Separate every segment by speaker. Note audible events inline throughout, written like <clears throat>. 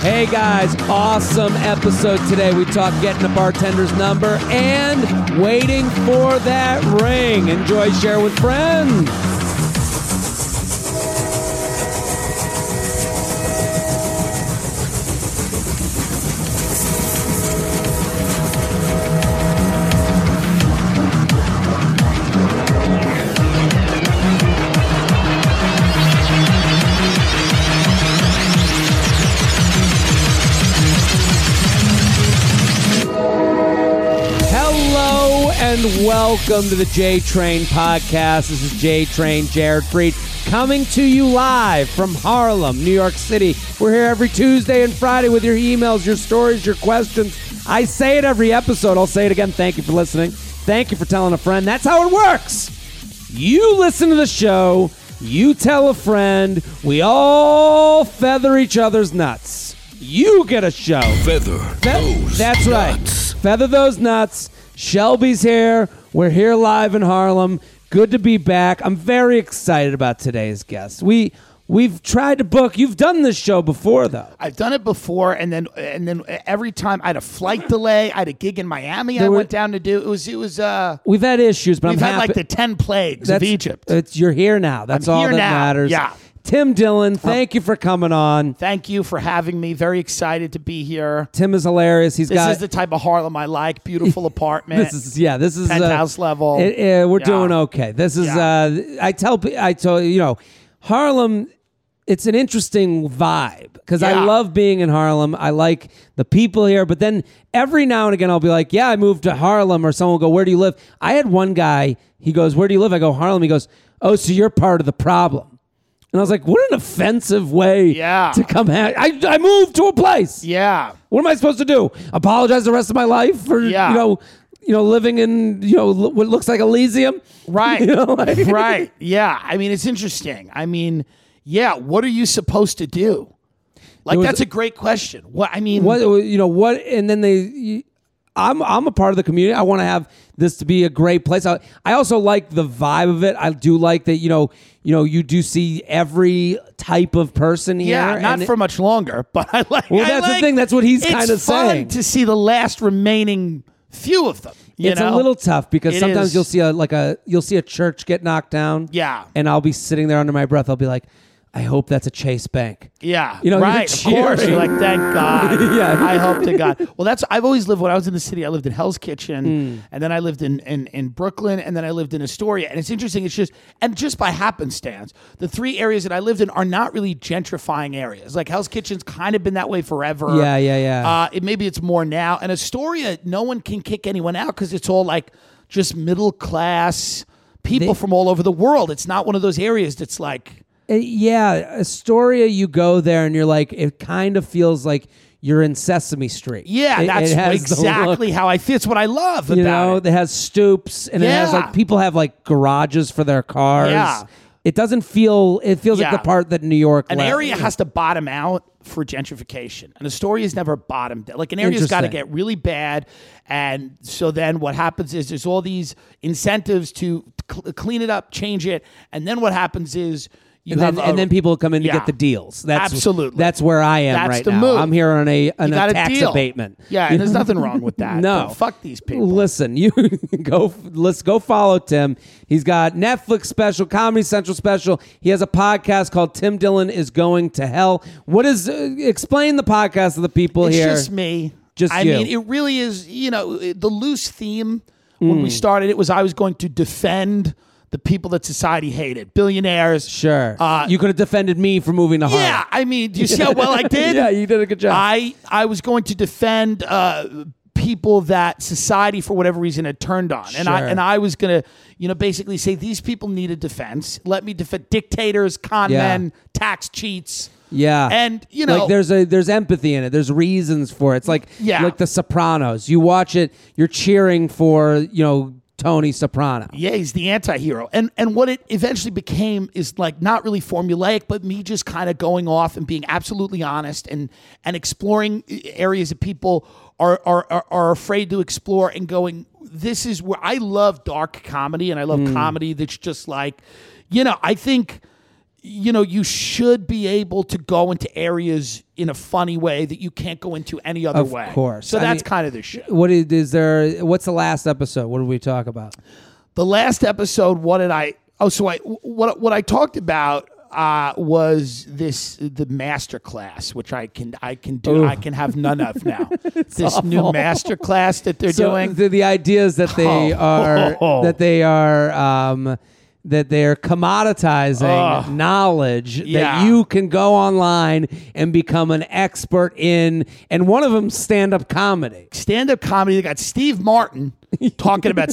Speaker 1: Hey guys, awesome episode today. We talked getting a bartender's number and waiting for that ring. Enjoy, share with friends. Hello and welcome to the J Train podcast. This is J Train Jared Freed coming to you live from Harlem, New York City. We're here every Tuesday and Friday with your emails, your stories, your questions. I say it every episode. I'll say it again. Thank you for listening. Thank you for telling a friend. That's how it works. You listen to the show, you tell a friend, we all feather each other's nuts. You get a show.
Speaker 2: Feather
Speaker 1: Fe-
Speaker 2: those nuts.
Speaker 1: that's right. Feather those nuts. Shelby's here. We're here live in Harlem. Good to be back. I'm very excited about today's guest. We we've tried to book. You've done this show before though.
Speaker 3: I've done it before, and then and then every time I had a flight delay, I had a gig in Miami. I
Speaker 1: were-
Speaker 3: went down to do it was it was uh
Speaker 1: We've had issues, but
Speaker 3: we've
Speaker 1: I'm
Speaker 3: had
Speaker 1: happy.
Speaker 3: like the ten plagues of
Speaker 1: That's- uh,
Speaker 3: Egypt.
Speaker 1: It's, you're here now. That's
Speaker 3: I'm
Speaker 1: all
Speaker 3: here
Speaker 1: that
Speaker 3: now.
Speaker 1: matters.
Speaker 3: Yeah.
Speaker 1: Tim Dillon, thank you for coming on.
Speaker 3: Thank you for having me. Very excited to be here.
Speaker 1: Tim is hilarious. He's
Speaker 3: This
Speaker 1: got
Speaker 3: is the type of Harlem I
Speaker 1: <laughs>
Speaker 3: like. Beautiful apartment.
Speaker 1: This is yeah. This is uh,
Speaker 3: Penthouse level.
Speaker 1: it- uh, we're
Speaker 3: Yeah.
Speaker 1: doing okay. This is
Speaker 3: Yeah.
Speaker 1: uh, I tell pe- I tell you know, Harlem. It's an interesting vibe because I
Speaker 3: Yeah.
Speaker 1: love being in Harlem. I like the people here, but then every now and again I'll be like, "Yeah, I moved to Harlem," or someone will go, "Where do you live?" I had one guy. He goes, "Where do you live?" I go, "Harlem." He goes, "Oh, so you're part of the problem." And I was like, "What an offensive way
Speaker 3: Yeah.
Speaker 1: to come at." I, I moved to a place.
Speaker 3: yeah.
Speaker 1: What am I supposed to do? Apologize the rest of my life for
Speaker 3: Yeah.
Speaker 1: you know, you know, living in you know lo- what looks like Elysium, <laughs>
Speaker 3: Right.
Speaker 1: You know, like- <laughs>
Speaker 3: right. Yeah. I mean, it's interesting. I mean, yeah. What are you supposed to do? Like
Speaker 1: There was-
Speaker 3: that's a great question. What I mean,
Speaker 1: What you know? What and then they. You, I'm I'm a part of the community. I want to have this to be a great place. I, I also like the vibe of it. I do like that you know you know you do see every type of person here.
Speaker 3: Yeah, not
Speaker 1: and it-
Speaker 3: for much longer, <laughs> but I like.
Speaker 1: Well,
Speaker 3: I
Speaker 1: that's the
Speaker 3: like-
Speaker 1: thing. That's what he's
Speaker 3: it's
Speaker 1: kinda
Speaker 3: fun
Speaker 1: saying.
Speaker 3: To see the last remaining few of them, you
Speaker 1: it's
Speaker 3: know?
Speaker 1: a little tough because
Speaker 3: It
Speaker 1: sometimes
Speaker 3: is.
Speaker 1: you'll see a like a you'll see a church get knocked down.
Speaker 3: Yeah.
Speaker 1: and I'll be sitting there under my breath. I'll be like, I hope that's a Chase Bank.
Speaker 3: Yeah,
Speaker 1: You know, you're
Speaker 3: right. Of course,
Speaker 1: cheering.
Speaker 3: you're
Speaker 1: <laughs>
Speaker 3: like, thank God.
Speaker 1: Yeah.
Speaker 3: I hope to God. Well, that's I've always lived. When I was in the city, I lived in Hell's Kitchen,
Speaker 1: Mm.
Speaker 3: and then I lived in, in in Brooklyn, and then I lived in Astoria. And it's interesting. It's just and just by happenstance, the three areas that I lived in are not really gentrifying areas. Like Hell's Kitchen's kind of been that way forever.
Speaker 1: Yeah, yeah, yeah.
Speaker 3: Uh, it maybe it's more now. And Astoria, no one can kick anyone out because it's all like just middle class people from all over the world. It's not one of those areas that's like.
Speaker 1: Uh, yeah, Astoria. You go there and you're like, it kind of feels like you're in Sesame Street.
Speaker 3: Yeah,
Speaker 1: It- it
Speaker 3: that's
Speaker 1: has the look,
Speaker 3: exactly how I feel. It's what I love
Speaker 1: you
Speaker 3: about
Speaker 1: know,
Speaker 3: it.
Speaker 1: that has stoops and it has
Speaker 3: Yeah.
Speaker 1: like people have like garages for their cars.
Speaker 3: Yeah.
Speaker 1: It doesn't feel. It feels like
Speaker 3: Yeah.
Speaker 1: the part that New York.
Speaker 3: An
Speaker 1: left.
Speaker 3: area has to bottom out for gentrification, and Astoria's never bottomed. out. Like an area's got to
Speaker 1: Interesting.
Speaker 3: get really bad, and so then what happens is there's all these incentives to cl- clean it up, change it, and then what happens is you
Speaker 1: And
Speaker 3: have
Speaker 1: then,
Speaker 3: a-
Speaker 1: and then people come in to
Speaker 3: Yeah.
Speaker 1: get the deals. That's
Speaker 3: Absolutely.
Speaker 1: That's where I am
Speaker 3: That's
Speaker 1: right
Speaker 3: the
Speaker 1: now.
Speaker 3: move.
Speaker 1: I'm here on a on
Speaker 3: you
Speaker 1: a
Speaker 3: got
Speaker 1: tax
Speaker 3: deal.
Speaker 1: abatement.
Speaker 3: Yeah, and there's nothing wrong
Speaker 1: <laughs>
Speaker 3: with that.
Speaker 1: No,
Speaker 3: but fuck these people.
Speaker 1: Listen, you <laughs> go. Let's go follow Tim. He's got Netflix special, Comedy Central special. He has a podcast called Tim Dillon is Going to Hell. What is? Uh, explain the podcast to the people
Speaker 3: it's
Speaker 1: here.
Speaker 3: just me.
Speaker 1: Just
Speaker 3: I
Speaker 1: you.
Speaker 3: mean, it really is. You know, it- the loose theme when
Speaker 1: Hmm.
Speaker 3: we started it was I was going to defend the people that society hated, billionaires.
Speaker 1: sure,
Speaker 3: Uh,
Speaker 1: you could have defended me for moving to Harlem.
Speaker 3: yeah, I mean, do you see how well
Speaker 1: <laughs>
Speaker 3: I did?
Speaker 1: yeah, you did a good job.
Speaker 3: I I was going to defend uh, people that society, for whatever reason, had turned on, and I
Speaker 1: Sure.
Speaker 3: and I was going to, you know, basically say these people need a defense. Let me defend dictators, con
Speaker 1: Yeah.
Speaker 3: men, tax cheats.
Speaker 1: Yeah,
Speaker 3: And, you know-
Speaker 1: like there's a there's empathy in it. There's reasons for it. It's like
Speaker 3: Yeah.
Speaker 1: like The Sopranos. You watch it, you're cheering for you know Tony Soprano.
Speaker 3: Yeah, he's the anti-hero. And and what it eventually became is like not really formulaic, but me just kind of going off and being absolutely honest and and exploring areas that people are are are, are afraid to explore and going this is where
Speaker 1: Hmm.
Speaker 3: I love dark comedy and I love comedy that's just like you know, I think you know, you should be able to go into areas in a funny way that you can't go into any other
Speaker 1: Of
Speaker 3: way.
Speaker 1: course.
Speaker 3: So
Speaker 1: I
Speaker 3: that's
Speaker 1: mean-
Speaker 3: kind of the shit.
Speaker 1: What is, is there? What's the last episode? What did we talk about?
Speaker 3: the last episode what did i oh so i what what i talked about uh, was this the master class which i can i can do i can have none of
Speaker 1: <laughs>
Speaker 3: now this new master class that they're
Speaker 1: So
Speaker 3: doing
Speaker 1: the, the idea is that they
Speaker 3: <laughs> Oh.
Speaker 1: are that they are um, that they are commoditizing knowledge
Speaker 3: Yeah.
Speaker 1: that you can go online and become an expert in, and one of them stand up comedy.
Speaker 3: stand-up comedy they got steve martin talking about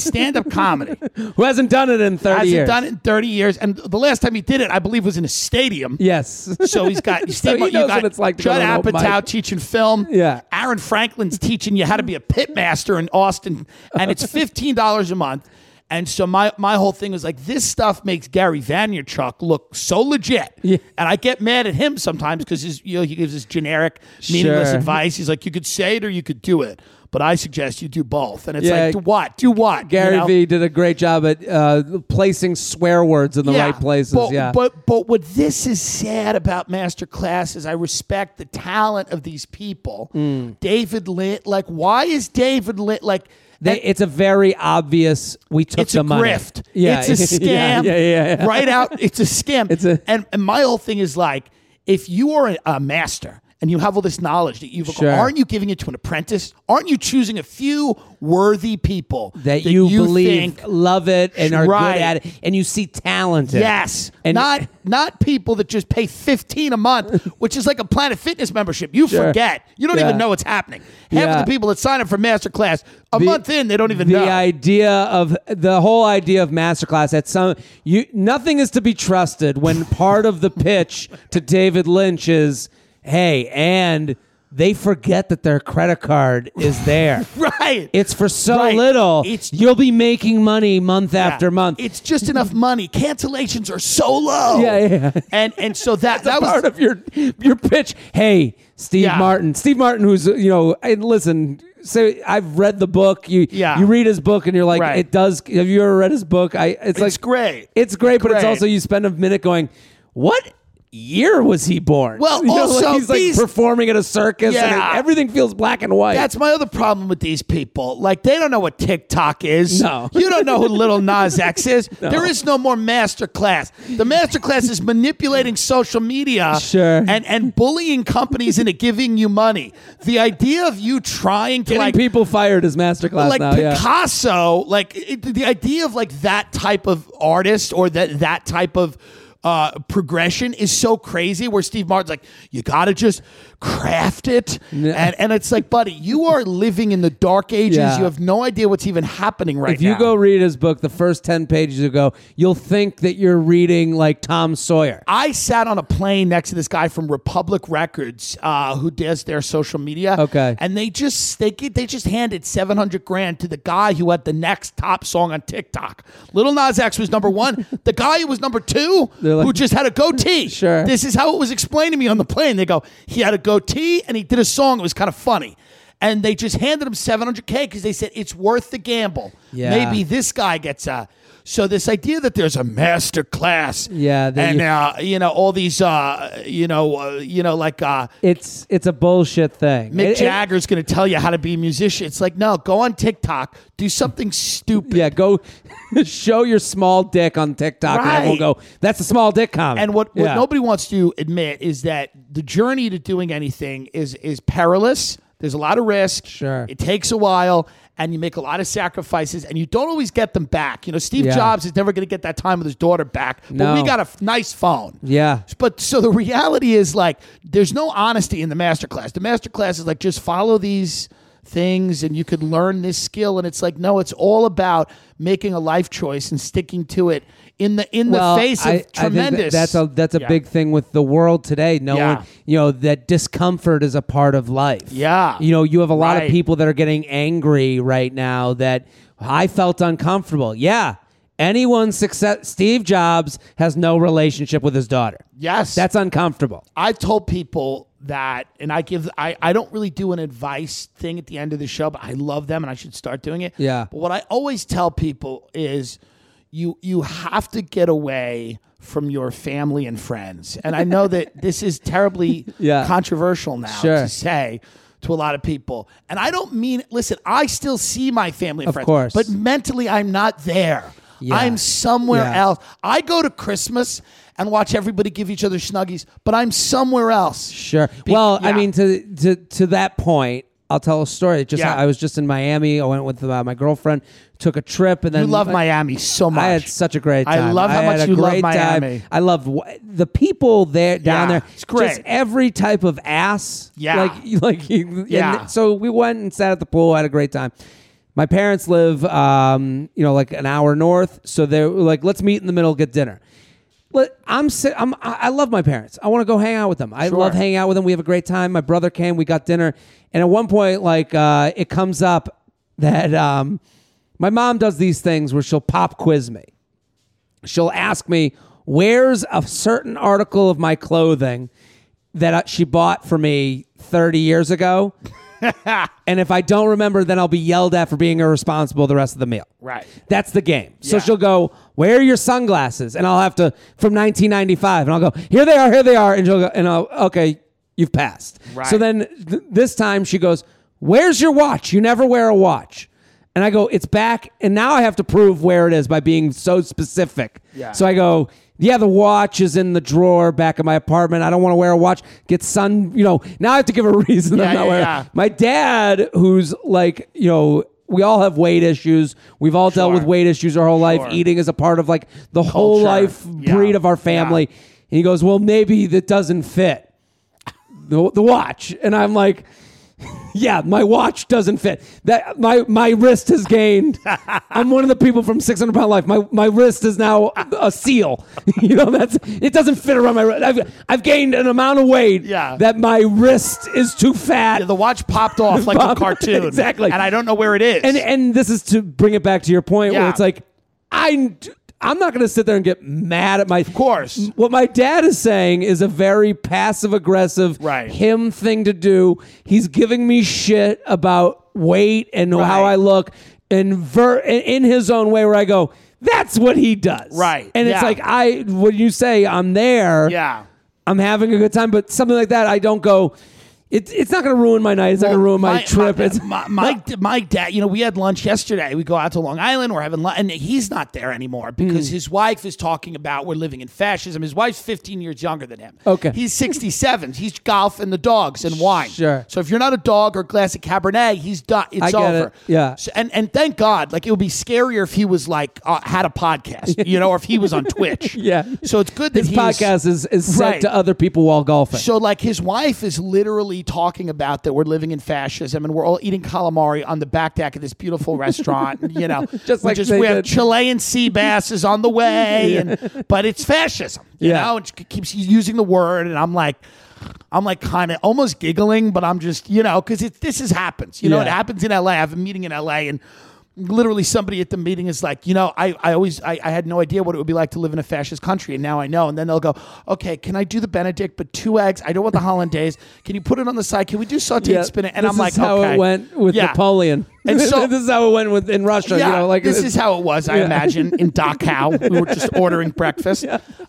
Speaker 1: <laughs>
Speaker 3: stand-up comedy
Speaker 1: Who hasn't done it in thirty
Speaker 3: hasn't
Speaker 1: years?
Speaker 3: done it in 30 years and the last time he did it i believe was in a stadium <laughs>
Speaker 1: Yes.
Speaker 3: So
Speaker 1: <laughs>
Speaker 3: he's got Steve,
Speaker 1: he
Speaker 3: you
Speaker 1: knows
Speaker 3: got
Speaker 1: what it's like to go
Speaker 3: Judd
Speaker 1: to an open
Speaker 3: Apatow
Speaker 1: mic.
Speaker 3: teaching film.
Speaker 1: Yeah.
Speaker 3: Aaron Franklin's teaching you how to be a pit master in Austin,
Speaker 1: <laughs>
Speaker 3: and it's fifteen dollars a month. And so my my whole thing was like this stuff makes Gary Vaynerchuk look so legit,
Speaker 1: Yeah.
Speaker 3: and I get mad at him sometimes because you know he gives this generic, meaningless
Speaker 1: Sure.
Speaker 3: advice. He's like, you could say it or you could do it, but I suggest you do both. And it's
Speaker 1: Yeah.
Speaker 3: like, do what? Do what?
Speaker 1: Gary
Speaker 3: you know?
Speaker 1: V did a great job at uh, placing swear words in the right places.
Speaker 3: But,
Speaker 1: yeah.
Speaker 3: But but what this is sad about master class is I respect the talent of these people.
Speaker 1: Mm.
Speaker 3: David Lint, like why is David Lint like
Speaker 1: They, it's a very obvious. We took
Speaker 3: it's
Speaker 1: the
Speaker 3: a
Speaker 1: money.
Speaker 3: grift.
Speaker 1: <laughs> Yeah,
Speaker 3: It's a scam.
Speaker 1: yeah, yeah, yeah, yeah.
Speaker 3: Right out. It's a
Speaker 1: <laughs>
Speaker 3: scam.
Speaker 1: It's a-
Speaker 3: and, and my whole thing is like, if you are a, a master and you have all this knowledge that you've
Speaker 1: Sure.
Speaker 3: aren't you giving it to an apprentice? Aren't you choosing a few worthy people
Speaker 1: that, you, believe
Speaker 3: think
Speaker 1: love it and are
Speaker 3: Right.
Speaker 1: good at it, and you see talent. in it.
Speaker 3: Yes,
Speaker 1: and
Speaker 3: not not people that just pay fifteen a
Speaker 1: <laughs>
Speaker 3: month, which is like a Planet Fitness membership. You
Speaker 1: Sure.
Speaker 3: forget, you don't
Speaker 1: Yeah.
Speaker 3: even know what's happening. Half
Speaker 1: Yeah.
Speaker 3: of the people that sign up for MasterClass a
Speaker 1: The-
Speaker 3: month in, they don't even
Speaker 1: the <laughs>
Speaker 3: know. <laughs>
Speaker 1: idea of the whole idea of masterclass at some you nothing is to be trusted when part of the pitch <laughs> to David Lynch is hey and they forget that their credit card is
Speaker 3: <laughs>
Speaker 1: there.
Speaker 3: right?
Speaker 1: It's for so
Speaker 3: Right.
Speaker 1: little.
Speaker 3: It's-
Speaker 1: you'll be making money month
Speaker 3: Yeah.
Speaker 1: after month.
Speaker 3: It's just enough money. Cancellations are so low.
Speaker 1: Yeah, yeah, yeah.
Speaker 3: And and so that that was
Speaker 1: part of your your pitch. Hey, Steve
Speaker 3: Yeah.
Speaker 1: Martin. Steve Martin, who's you know, and listen. So I've read the book. You
Speaker 3: Yeah.
Speaker 1: you read his book, and you're like,
Speaker 3: Right.
Speaker 1: it does. Have you ever read his book? I. It's,
Speaker 3: it's
Speaker 1: like
Speaker 3: great.
Speaker 1: It's great, but it's
Speaker 3: Great.
Speaker 1: also you spend a minute going, what year was he born?
Speaker 3: Well,
Speaker 1: You know, like
Speaker 3: also,
Speaker 1: he's like
Speaker 3: these-
Speaker 1: performing at a circus, and
Speaker 3: Yeah.
Speaker 1: it- everything feels black and white.
Speaker 3: That's my other problem with these people. Like they don't know what TikTok is.
Speaker 1: No.
Speaker 3: <laughs> You don't know who Little Nas X is. There is no more master class. The master class is manipulating social media
Speaker 1: Sure.
Speaker 3: and, and bullying companies into giving you money. The idea of you trying to
Speaker 1: Getting
Speaker 3: like
Speaker 1: people fired is masterclass
Speaker 3: like
Speaker 1: now. yeah.
Speaker 3: Picasso, like it, the idea of like that type of artist or that that type of uh, progression is so crazy. Where Steve Martin's like, you gotta just craft it, and and it's like, buddy, you are living in the dark ages.
Speaker 1: Yeah.
Speaker 3: You have no idea what's even happening right
Speaker 1: If you
Speaker 3: now.
Speaker 1: go read his book, the first 10 pages ago, you'll think that you're reading like Tom Sawyer.
Speaker 3: I sat on a plane next to this guy from Republic Records uh, who does their social media.
Speaker 1: Okay.
Speaker 3: and they just they gi- they just handed seven hundred grand to the guy who had the next top song on TikTok. Little Nas X was
Speaker 1: <laughs>
Speaker 3: number one. the guy who was number two,
Speaker 1: They're like-
Speaker 3: who just had a goatee.
Speaker 1: <laughs> Sure.
Speaker 3: this is how it was explained to me on the plane. They go, he had a goatee and he did a song. It was kind of funny. And they just handed him 700K because they said it's worth the gamble.
Speaker 1: Yeah.
Speaker 3: Maybe this guy gets a. So, this idea that there's a master class
Speaker 1: Yeah, that
Speaker 3: and
Speaker 1: you-
Speaker 3: uh, you know all these, uh, you know, uh, you know, like uh,
Speaker 1: It's it's a bullshit thing.
Speaker 3: Mick
Speaker 1: It- it-
Speaker 3: Jagger's going to tell you how to be a musician. It's like, no, go on TikTok, do something stupid.
Speaker 1: yeah, go <laughs> show your small dick on TikTok, and everyone
Speaker 3: Right.
Speaker 1: will go. That's a small dick comic.
Speaker 3: And what, what
Speaker 1: Yeah.
Speaker 3: nobody wants to admit is that the journey to doing anything is is perilous. There's a lot of risk.
Speaker 1: Sure.
Speaker 3: it takes a while, and you make a lot of sacrifices, and you don't always get them back. You know, Steve
Speaker 1: Yeah.
Speaker 3: Jobs is never going to get that time with his daughter back. But
Speaker 1: No.
Speaker 3: we got a f- nice phone.
Speaker 1: Yeah.
Speaker 3: But so the reality is like there's no honesty in the master class. The master class is like just follow these things and you could learn this skill and it's like no it's all about making a life choice and sticking to it in the in
Speaker 1: Well,
Speaker 3: the face of
Speaker 1: I- I think that-
Speaker 3: tremendous
Speaker 1: that's a that's a
Speaker 3: Yeah.
Speaker 1: big thing with the world today. No
Speaker 3: Yeah.
Speaker 1: one, you know, that discomfort is a part of life.
Speaker 3: Yeah.
Speaker 1: you know, you have a lot of
Speaker 3: Right.
Speaker 1: people that are getting angry right now that I felt uncomfortable. Yeah, anyone's success. Steve Jobs has no relationship with his daughter.
Speaker 3: yes
Speaker 1: That's uncomfortable.
Speaker 3: I've told people that, and I give, I, I don't really do an advice thing at the end of the show, but I love them and I should start doing it.
Speaker 1: Yeah.
Speaker 3: But what I always tell people is you, you have to get away from your family and friends. And I
Speaker 1: <laughs>
Speaker 3: know that this is terribly
Speaker 1: Yeah.
Speaker 3: controversial now
Speaker 1: Sure.
Speaker 3: to say to a lot of people. And I don't mean listen, I still see my family and friends,
Speaker 1: course.
Speaker 3: but mentally I'm not there.
Speaker 1: Yeah.
Speaker 3: I'm somewhere
Speaker 1: Yeah.
Speaker 3: else. I go to Christmas and watch everybody give each other snuggies, but I'm somewhere else.
Speaker 1: Sure.
Speaker 3: Be-
Speaker 1: well, I
Speaker 3: yeah.
Speaker 1: mean, to to to that point, I'll tell a story. Just
Speaker 3: Yeah.
Speaker 1: I was just in Miami. I went with uh, my girlfriend, took a trip, and then
Speaker 3: You love Miami so much.
Speaker 1: I had such a great
Speaker 3: I
Speaker 1: time.
Speaker 3: love how
Speaker 1: had
Speaker 3: much
Speaker 1: a
Speaker 3: you love
Speaker 1: great
Speaker 3: Miami.
Speaker 1: Time. I love wh- the people there down
Speaker 3: Yeah,
Speaker 1: there.
Speaker 3: it's great.
Speaker 1: Just every type of ass.
Speaker 3: Yeah.
Speaker 1: Like <laughs> like you-
Speaker 3: Yeah.
Speaker 1: and so we went and sat at the pool. Had a great time. My parents live, um, you know, like an hour north. So they're like, let's meet in the middle, get dinner. But I'm, si- I'm I I love my parents. I want to go hang out with them. I
Speaker 3: Sure.
Speaker 1: love hanging out with them. We have a great time. My brother came. We got dinner, and at one point, like uh, it comes up that um, my mom does these things where she'll pop quiz me. She'll ask me where's a certain article of my clothing that uh, she bought for me 30 years ago.
Speaker 3: <laughs>
Speaker 1: and if I don't remember, then I'll be yelled at for being irresponsible the rest of the meal.
Speaker 3: Right.
Speaker 1: That's the game. So
Speaker 3: Yeah.
Speaker 1: she'll go, "Where are your sunglasses?" And I'll have to from 1995, and I'll go, "Here they are, here they are," and she'll go, and I'll, "Okay, you've passed."
Speaker 3: Right.
Speaker 1: So then th- this time she goes, "Where's your watch? You never wear a watch." And I go, "It's back," and now I have to prove where it is by being so specific.
Speaker 3: Yeah.
Speaker 1: So I go. Yeah, the watch is in the drawer back of my apartment. I don't want to wear a watch. Get sun, you know. Now I have to give a <laughs> reason.
Speaker 3: Yeah,
Speaker 1: I'm not
Speaker 3: yeah,
Speaker 1: wearing.
Speaker 3: yeah.
Speaker 1: My dad, who's like, you know, we all have weight issues. We've all dealt
Speaker 3: Sure.
Speaker 1: with weight issues our whole
Speaker 3: Sure.
Speaker 1: life. Eating is a part of like the whole
Speaker 3: Culture.
Speaker 1: life
Speaker 3: Yeah.
Speaker 1: breed of our family. And he goes, well, maybe that doesn't fit the, the watch. And I'm like, <laughs> yeah, my watch doesn't fit. That my my wrist has
Speaker 3: <laughs>
Speaker 1: gained. I'm one of the people from 600 pound life. My my wrist is now a seal. <laughs> you know that's it doesn't fit around my wrist. I've, I've gained an amount of weight
Speaker 3: Yeah.
Speaker 1: that my wrist is too fat.
Speaker 3: The watch popped off
Speaker 1: <laughs>
Speaker 3: like
Speaker 1: Popped-
Speaker 3: a cartoon.
Speaker 1: Exactly.
Speaker 3: And I don't know where it is.
Speaker 1: and and this is to bring it back to your point where
Speaker 3: Yeah.
Speaker 1: it's like I I'm not going to sit there and get mad at my of
Speaker 3: course.
Speaker 1: What my dad is saying is a very passive aggressive
Speaker 3: Right.
Speaker 1: him thing to do. He's giving me shit about weight and how
Speaker 3: Right.
Speaker 1: I look and ver- in in his own way where I go that's what he does.
Speaker 3: Right.
Speaker 1: And it's
Speaker 3: Yeah.
Speaker 1: like I when you say I'm there
Speaker 3: yeah.
Speaker 1: I'm having a good time but something like that I don't go it, it's not going to ruin my night. It's not going to ruin my, trip.
Speaker 3: My,
Speaker 1: it's
Speaker 3: my, my, my dad, you know, we had lunch yesterday. We go out to Long Island. We're having lunch, and he's not there anymore because
Speaker 1: Hmm.
Speaker 3: his wife is talking about we're living in fascism. His wife's 15 years younger than him.
Speaker 1: Okay.
Speaker 3: He's 67. he's golf and the dogs and wine.
Speaker 1: Sure.
Speaker 3: So if you're not a dog or a glass of Cabernet, he's done. It's
Speaker 1: I get
Speaker 3: over.
Speaker 1: it. Yeah.
Speaker 3: So, and and thank God, like it would be scarier if he was like uh, had a
Speaker 1: <laughs>
Speaker 3: podcast, you know, or if he was on Twitch.
Speaker 1: Yeah.
Speaker 3: So it's good that
Speaker 1: This
Speaker 3: he's,
Speaker 1: podcast is, is sent
Speaker 3: Right.
Speaker 1: to other people while golfing.
Speaker 3: So like his wife is literally talking about that we're living in fascism and we're all eating calamari on the back deck of this
Speaker 1: <laughs>
Speaker 3: beautiful restaurant. and, you know,
Speaker 1: Just
Speaker 3: we
Speaker 1: like
Speaker 3: just,
Speaker 1: they
Speaker 3: we have
Speaker 1: did.
Speaker 3: Chilean sea bass is on the way,
Speaker 1: <laughs>
Speaker 3: and but it's fascism. You
Speaker 1: Yeah.
Speaker 3: know, and she keeps using the word, and I'm like. I'm like kind of almost giggling, but I'm just, you know, because it this is happens. You know, it
Speaker 1: Yeah.
Speaker 3: happens in LA. I have a meeting in LA and literally somebody at the meeting is like, you know, I, I always I, I had no idea what it would be like to live in a fascist country and now I know. And then they'll go, Okay, can I do the Benedict but two eggs? I don't want the Hollandaise. Can you put it on the side? Can we do sauteed
Speaker 1: Yeah,
Speaker 3: spinach? And
Speaker 1: this
Speaker 3: I'm like,
Speaker 1: is how
Speaker 3: okay.
Speaker 1: it went with
Speaker 3: Yeah.
Speaker 1: Napoleon.
Speaker 3: And
Speaker 1: <laughs>
Speaker 3: so-
Speaker 1: this is how it went with in Russia.
Speaker 3: Yeah,
Speaker 1: you know, like
Speaker 3: this
Speaker 1: it's-
Speaker 3: is how it was, I
Speaker 1: Yeah.
Speaker 3: imagine, in
Speaker 1: <laughs>
Speaker 3: Dachau. we were just ordering breakfast.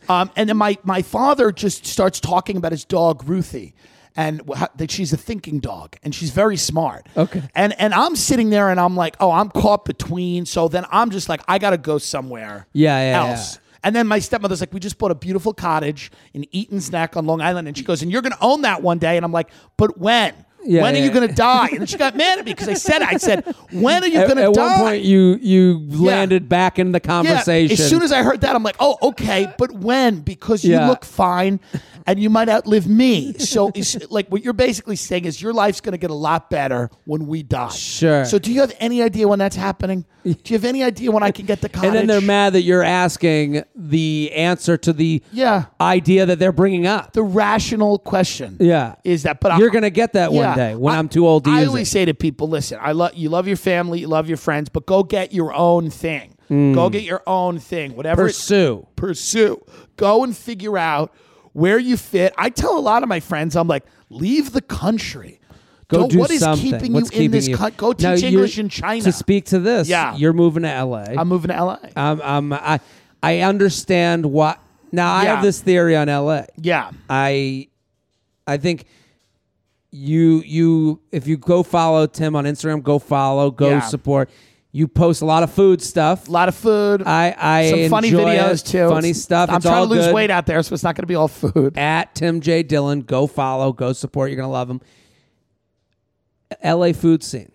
Speaker 3: Um, and then my, my father just starts talking about his dog, Ruthie. And wh- how- that she's a thinking dog, and she's very smart.
Speaker 1: Okay.
Speaker 3: and and I'm sitting there, and I'm like, oh, I'm caught between. So then I'm just like, I gotta go somewhere.
Speaker 1: Yeah, yeah, yeah.
Speaker 3: else. And then my stepmother's like, we just bought a beautiful cottage in Eaton's Neck on Long Island, and she goes, and you're gonna own that one day. And I'm like, but when?
Speaker 1: Yeah,
Speaker 3: when are
Speaker 1: yeah,
Speaker 3: you gonna
Speaker 1: yeah.
Speaker 3: die? And then she got mad at me because I said, I said, when are you
Speaker 1: at,
Speaker 3: gonna
Speaker 1: at
Speaker 3: die?
Speaker 1: one point you you landed back in the
Speaker 3: Yeah,
Speaker 1: conversation.
Speaker 3: As soon as I heard that, I'm like, oh, okay, but when? Because you
Speaker 1: Yeah.
Speaker 3: look fine, and you might outlive me. So, it's, <laughs> like, what you're basically saying is your life's going to get a lot better when we die.
Speaker 1: Sure.
Speaker 3: So, do you have any idea when that's happening? Do you have any idea when I can get the
Speaker 1: <laughs>
Speaker 3: cottage?
Speaker 1: and then they're mad that you're asking the answer to the
Speaker 3: Yeah.
Speaker 1: idea that they're bringing up.
Speaker 3: The rational question.
Speaker 1: Yeah.
Speaker 3: Is that? But
Speaker 1: you're
Speaker 3: I,
Speaker 1: gonna get that one
Speaker 3: Yeah.
Speaker 1: day when
Speaker 3: I-
Speaker 1: I, am too old to
Speaker 3: I
Speaker 1: use
Speaker 3: always
Speaker 1: it.
Speaker 3: say to people, listen, I love you love your family, you love your friends, but go get your own thing.
Speaker 1: Hmm.
Speaker 3: Go get your own thing. Whatever it-
Speaker 1: Pursue.
Speaker 3: pursue. Go and figure out where you fit. I tell a lot of my friends, I'm like, leave the country.
Speaker 1: Go
Speaker 3: Don't-
Speaker 1: do
Speaker 3: what is
Speaker 1: something.
Speaker 3: keeping
Speaker 1: What's
Speaker 3: you
Speaker 1: keeping
Speaker 3: in this
Speaker 1: you?
Speaker 3: country? Go
Speaker 1: Now,
Speaker 3: teach
Speaker 1: you're-
Speaker 3: English in China.
Speaker 1: To speak to this,
Speaker 3: Yeah.
Speaker 1: you're moving to LA.
Speaker 3: I'm moving to LA.
Speaker 1: Um, um, I I understand what Now I
Speaker 3: Yeah.
Speaker 1: have this theory on LA.
Speaker 3: Yeah.
Speaker 1: I I think you you if you go follow Tim on Instagram, go follow, go
Speaker 3: Yeah.
Speaker 1: support. You post a lot of food stuff.
Speaker 3: A lot of food.
Speaker 1: I I
Speaker 3: some funny
Speaker 1: enjoy
Speaker 3: videos
Speaker 1: it.
Speaker 3: too.
Speaker 1: Funny
Speaker 3: It's-
Speaker 1: stuff.
Speaker 3: I'm
Speaker 1: It's
Speaker 3: trying
Speaker 1: all
Speaker 3: to lose
Speaker 1: good.
Speaker 3: weight out there, so it's not going to be all food.
Speaker 1: at Tim J Dillon. Go follow, go support. You're gonna love him. L.A. food scene.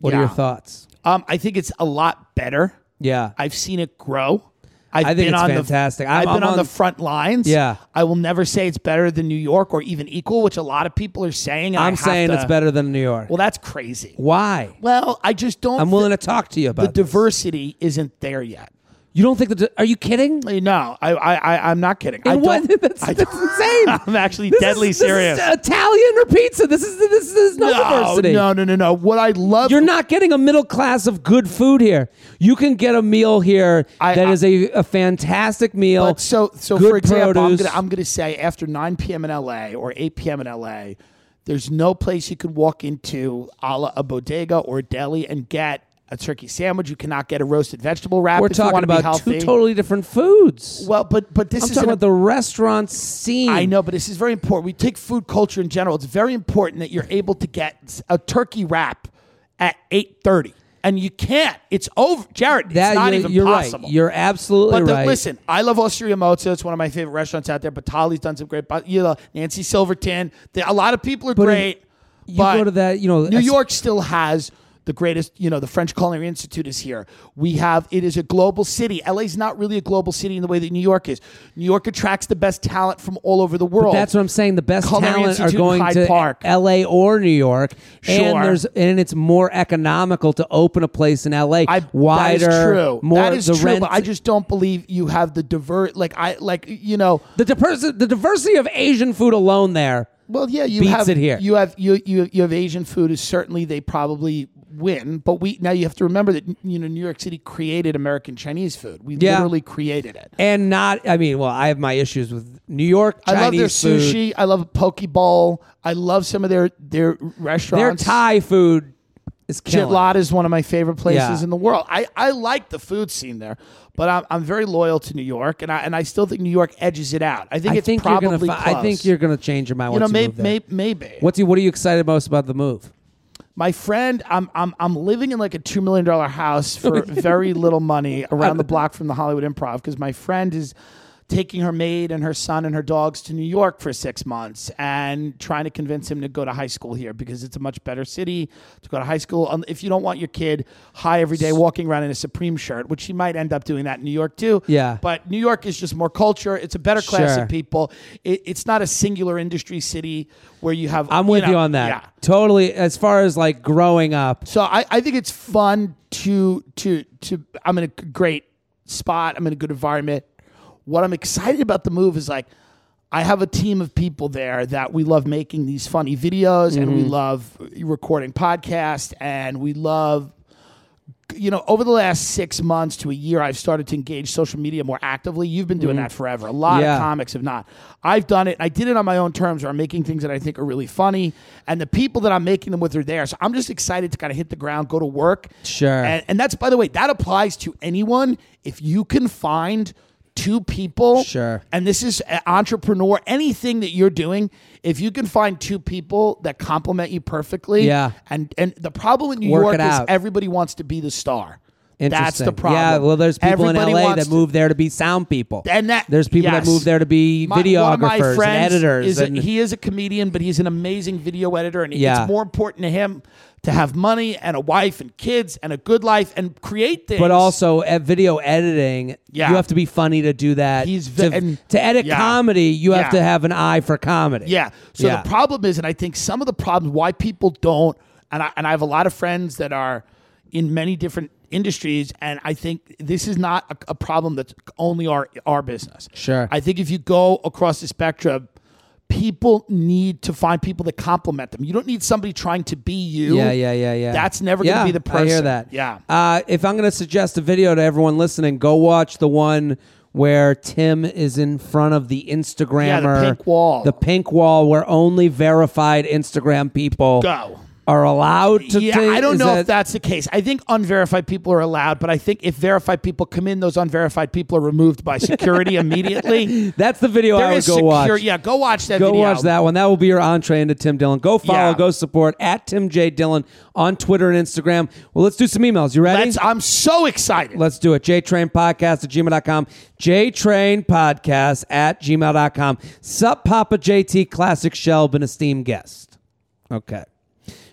Speaker 1: What are
Speaker 3: Yeah.
Speaker 1: your thoughts?
Speaker 3: Um, I think it's a lot better.
Speaker 1: Yeah,
Speaker 3: I've seen it grow. I've
Speaker 1: I think
Speaker 3: been
Speaker 1: it's
Speaker 3: on
Speaker 1: fantastic.
Speaker 3: The,
Speaker 1: I'm-
Speaker 3: I've been
Speaker 1: I'm
Speaker 3: on,
Speaker 1: on-
Speaker 3: the front lines.
Speaker 1: Yeah.
Speaker 3: I will never say it's better than New York or even equal, which a lot of people are saying. and I
Speaker 1: I'm
Speaker 3: have
Speaker 1: saying
Speaker 3: to-
Speaker 1: it's better than New York.
Speaker 3: Well, that's crazy.
Speaker 1: Why?
Speaker 3: Well, I just don't.
Speaker 1: I'm
Speaker 3: thi-
Speaker 1: willing to talk to you
Speaker 3: the
Speaker 1: about. this.
Speaker 3: diversity isn't there yet.
Speaker 1: You don't think that? Are you kidding?
Speaker 3: No, I, I, I I'm not kidding. I
Speaker 1: And what? <laughs>
Speaker 3: don't-
Speaker 1: That's,
Speaker 3: I
Speaker 1: that's
Speaker 3: don't-
Speaker 1: insane.
Speaker 3: <laughs> I'm actually
Speaker 1: This is-
Speaker 3: deadly
Speaker 1: this is
Speaker 3: serious.
Speaker 1: Italian or pizza? This is this is no, diversity.
Speaker 3: no, no, no, no. What I love
Speaker 1: You're not getting a middle class of good food here. You can get a meal here
Speaker 3: I-
Speaker 1: that
Speaker 3: I-
Speaker 1: is a, a fantastic meal.
Speaker 3: But so so
Speaker 1: good
Speaker 3: for example, I'm
Speaker 1: produce.
Speaker 3: gonna, I'm gonna say after 9 p.m. in L.A. or 8 p.m. in L.A., there's no place you can walk into a la a bodega or a deli and get a turkey sandwich. You cannot get a roasted vegetable wrap.
Speaker 1: We're
Speaker 3: if you
Speaker 1: talking
Speaker 3: wanna be
Speaker 1: about two
Speaker 3: healthy.
Speaker 1: totally different foods.
Speaker 3: Well, but but this
Speaker 1: I'm
Speaker 3: is
Speaker 1: talking
Speaker 3: an-
Speaker 1: about the restaurant scene.
Speaker 3: I know, but this is very important. We take food culture in general. It's very important that you're able to get a turkey wrap at 8:30, and you can't. It's over, Jared.
Speaker 1: that
Speaker 3: it's not
Speaker 1: you're,
Speaker 3: even
Speaker 1: you're
Speaker 3: possible.
Speaker 1: right. You're absolutely
Speaker 3: But the-
Speaker 1: right.
Speaker 3: listen, I love Osteria Mozza. It's one of my favorite restaurants out there. Batali's done some great. but, You know, Nancy Silverton. The- a lot of people are
Speaker 1: in-
Speaker 3: great.
Speaker 1: you
Speaker 3: but
Speaker 1: go to that, you know,
Speaker 3: New
Speaker 1: es-
Speaker 3: York still has the greatest. You know, the French Culinary Institute is here. We have. It is a global city. LA's not really a global city in the way that New York is. New York attracts the best talent from all over the world.
Speaker 1: That's what I'm saying. The best
Speaker 3: Culinary
Speaker 1: talent
Speaker 3: Institute
Speaker 1: are
Speaker 3: in
Speaker 1: going
Speaker 3: Hyde
Speaker 1: to
Speaker 3: Park.
Speaker 1: L.A. or New York,
Speaker 3: Sure.
Speaker 1: and there's and it's more economical to open a place in L.A.
Speaker 3: I
Speaker 1: wider,
Speaker 3: that is true.
Speaker 1: more
Speaker 3: that is
Speaker 1: the
Speaker 3: true.
Speaker 1: rent.
Speaker 3: But I just don't believe you have the divert. Like I like you know.
Speaker 1: the diversity, the diversity of Asian food alone there.
Speaker 3: Well, yeah, you
Speaker 1: beats
Speaker 3: have
Speaker 1: it here.
Speaker 3: You have you you you have Asian food is certainly they probably win, but we now you have to remember that you know New York City created American Chinese food. We
Speaker 1: Yeah.
Speaker 3: literally created it.
Speaker 1: And not, I mean, well, I have my issues with New York Chinese
Speaker 3: I love their
Speaker 1: food.
Speaker 3: sushi. I love poke bowl. I love some of their their
Speaker 1: Their
Speaker 3: restaurants.
Speaker 1: Thai food is killing.
Speaker 3: Chitlat is one of my favorite places
Speaker 1: Yeah.
Speaker 3: in the world. I, I like the food scene there, but I'm, I'm very loyal to New York, and I and I still think New York edges it out. I think
Speaker 1: I
Speaker 3: it's
Speaker 1: think you're
Speaker 3: probably
Speaker 1: gonna. Fi- I
Speaker 3: close.
Speaker 1: think you're gonna change your mind.
Speaker 3: you know
Speaker 1: once you
Speaker 3: maybe
Speaker 1: move there.
Speaker 3: may, maybe
Speaker 1: What's you, what are you excited most about the move?
Speaker 3: my friend, I'm I'm I'm living in like a two million dollar
Speaker 1: <laughs>
Speaker 3: house for very little money around the block from the Hollywood Improv because my friend is taking her maid and her son and her dogs to New York for six months and trying to convince him to go to high school here because it's a much better city to go to high school. Um, If you don't want your kid high every day walking around in a Supreme shirt, which he might end up doing that in New York too.
Speaker 1: Yeah.
Speaker 3: But New York is just more culture. It's a better class
Speaker 1: Sure.
Speaker 3: of people. It, it's not a singular industry city where you have.
Speaker 1: I'm with you,
Speaker 3: know,
Speaker 1: on that.
Speaker 3: Yeah.
Speaker 1: Totally. As far as like growing up,
Speaker 3: So I, I think it's fun to to to I'm in a great spot. I'm in a good environment. What I'm excited about the move is like I have a team of people there that we love making these funny videos and we love recording podcasts and we love you know over the last 6 months to a year I've started to engage social media more actively. You've been doing that forever. A lot
Speaker 1: Mm-hmm. Yeah.
Speaker 3: of comics have not. I've done it. I did it on my own terms where I'm making things that I think are really funny and the people that I'm making them with are there. So I'm just excited to kind of hit the ground, go to work.
Speaker 1: Sure.
Speaker 3: And, and that's by the way, that applies to anyone if you can find two people
Speaker 1: Sure.
Speaker 3: and this is a- entrepreneur anything that you're doing if you can find two people that complement you perfectly
Speaker 1: Yeah.
Speaker 3: and and the problem in new
Speaker 1: Work
Speaker 3: york
Speaker 1: it
Speaker 3: is
Speaker 1: out.
Speaker 3: everybody wants to be the star that's
Speaker 1: Interesting.
Speaker 3: the problem
Speaker 1: Yeah, well, there's people
Speaker 3: Everybody
Speaker 1: in LA
Speaker 3: wants
Speaker 1: that move there to be sound people.
Speaker 3: And that-
Speaker 1: there's people that
Speaker 3: yes.
Speaker 1: move there to be
Speaker 3: to- my- one of my
Speaker 1: videographers and
Speaker 3: friends
Speaker 1: editors.
Speaker 3: is a-
Speaker 1: and
Speaker 3: he is a comedian but he's an amazing video editor and
Speaker 1: Yeah.
Speaker 3: it's more important to him to have money and a wife and kids and a good life and create things
Speaker 1: but also at video editing,
Speaker 3: Yeah.
Speaker 1: you have to be funny to do that.
Speaker 3: He's ve-
Speaker 1: to,
Speaker 3: and-
Speaker 1: to edit
Speaker 3: yeah.
Speaker 1: comedy, you have
Speaker 3: Yeah.
Speaker 1: to have an eye for comedy.
Speaker 3: Yeah. So
Speaker 1: Yeah.
Speaker 3: the problem is, and I think some of the problems why people don't, and I, and I have a lot of friends that are in many different industries, and I think this is not a, a problem that's only our our business.
Speaker 1: Sure.
Speaker 3: I think if you go across the spectrum, people need to find people that complement them. You don't need somebody trying to be you.
Speaker 1: Yeah, yeah, yeah, yeah.
Speaker 3: That's never going to
Speaker 1: Yeah,
Speaker 3: be the person.
Speaker 1: I hear that.
Speaker 3: Yeah.
Speaker 1: Uh, if I'm going to suggest a video to everyone listening, go watch the one where Tim is in front of the Instagrammer.
Speaker 3: pink wall.
Speaker 1: The pink wall where only verified Instagram people
Speaker 3: Go.
Speaker 1: are allowed to
Speaker 3: yeah,
Speaker 1: take-
Speaker 3: I don't
Speaker 1: is
Speaker 3: know if
Speaker 1: that-
Speaker 3: that's the case. I think unverified people are allowed, but I think if verified people come in, those unverified people are removed
Speaker 1: <laughs>
Speaker 3: by security immediately.
Speaker 1: that's the video
Speaker 3: There
Speaker 1: I would
Speaker 3: is
Speaker 1: go
Speaker 3: secure-
Speaker 1: watch.
Speaker 3: Yeah, go watch that.
Speaker 1: Go
Speaker 3: video.
Speaker 1: watch that one. That will be your entree into Tim Dillon. Go follow,
Speaker 3: Yeah.
Speaker 1: go support at Tim J Dillon on Twitter and Instagram. Well, let's do some emails. You ready?
Speaker 3: That's, I'm so excited.
Speaker 1: Let's do it. JTrainPodcast at gmail.com. JTrainPodcast at gmail.com. Sup, Papa JT, classic Shelb, and esteemed guest. Okay.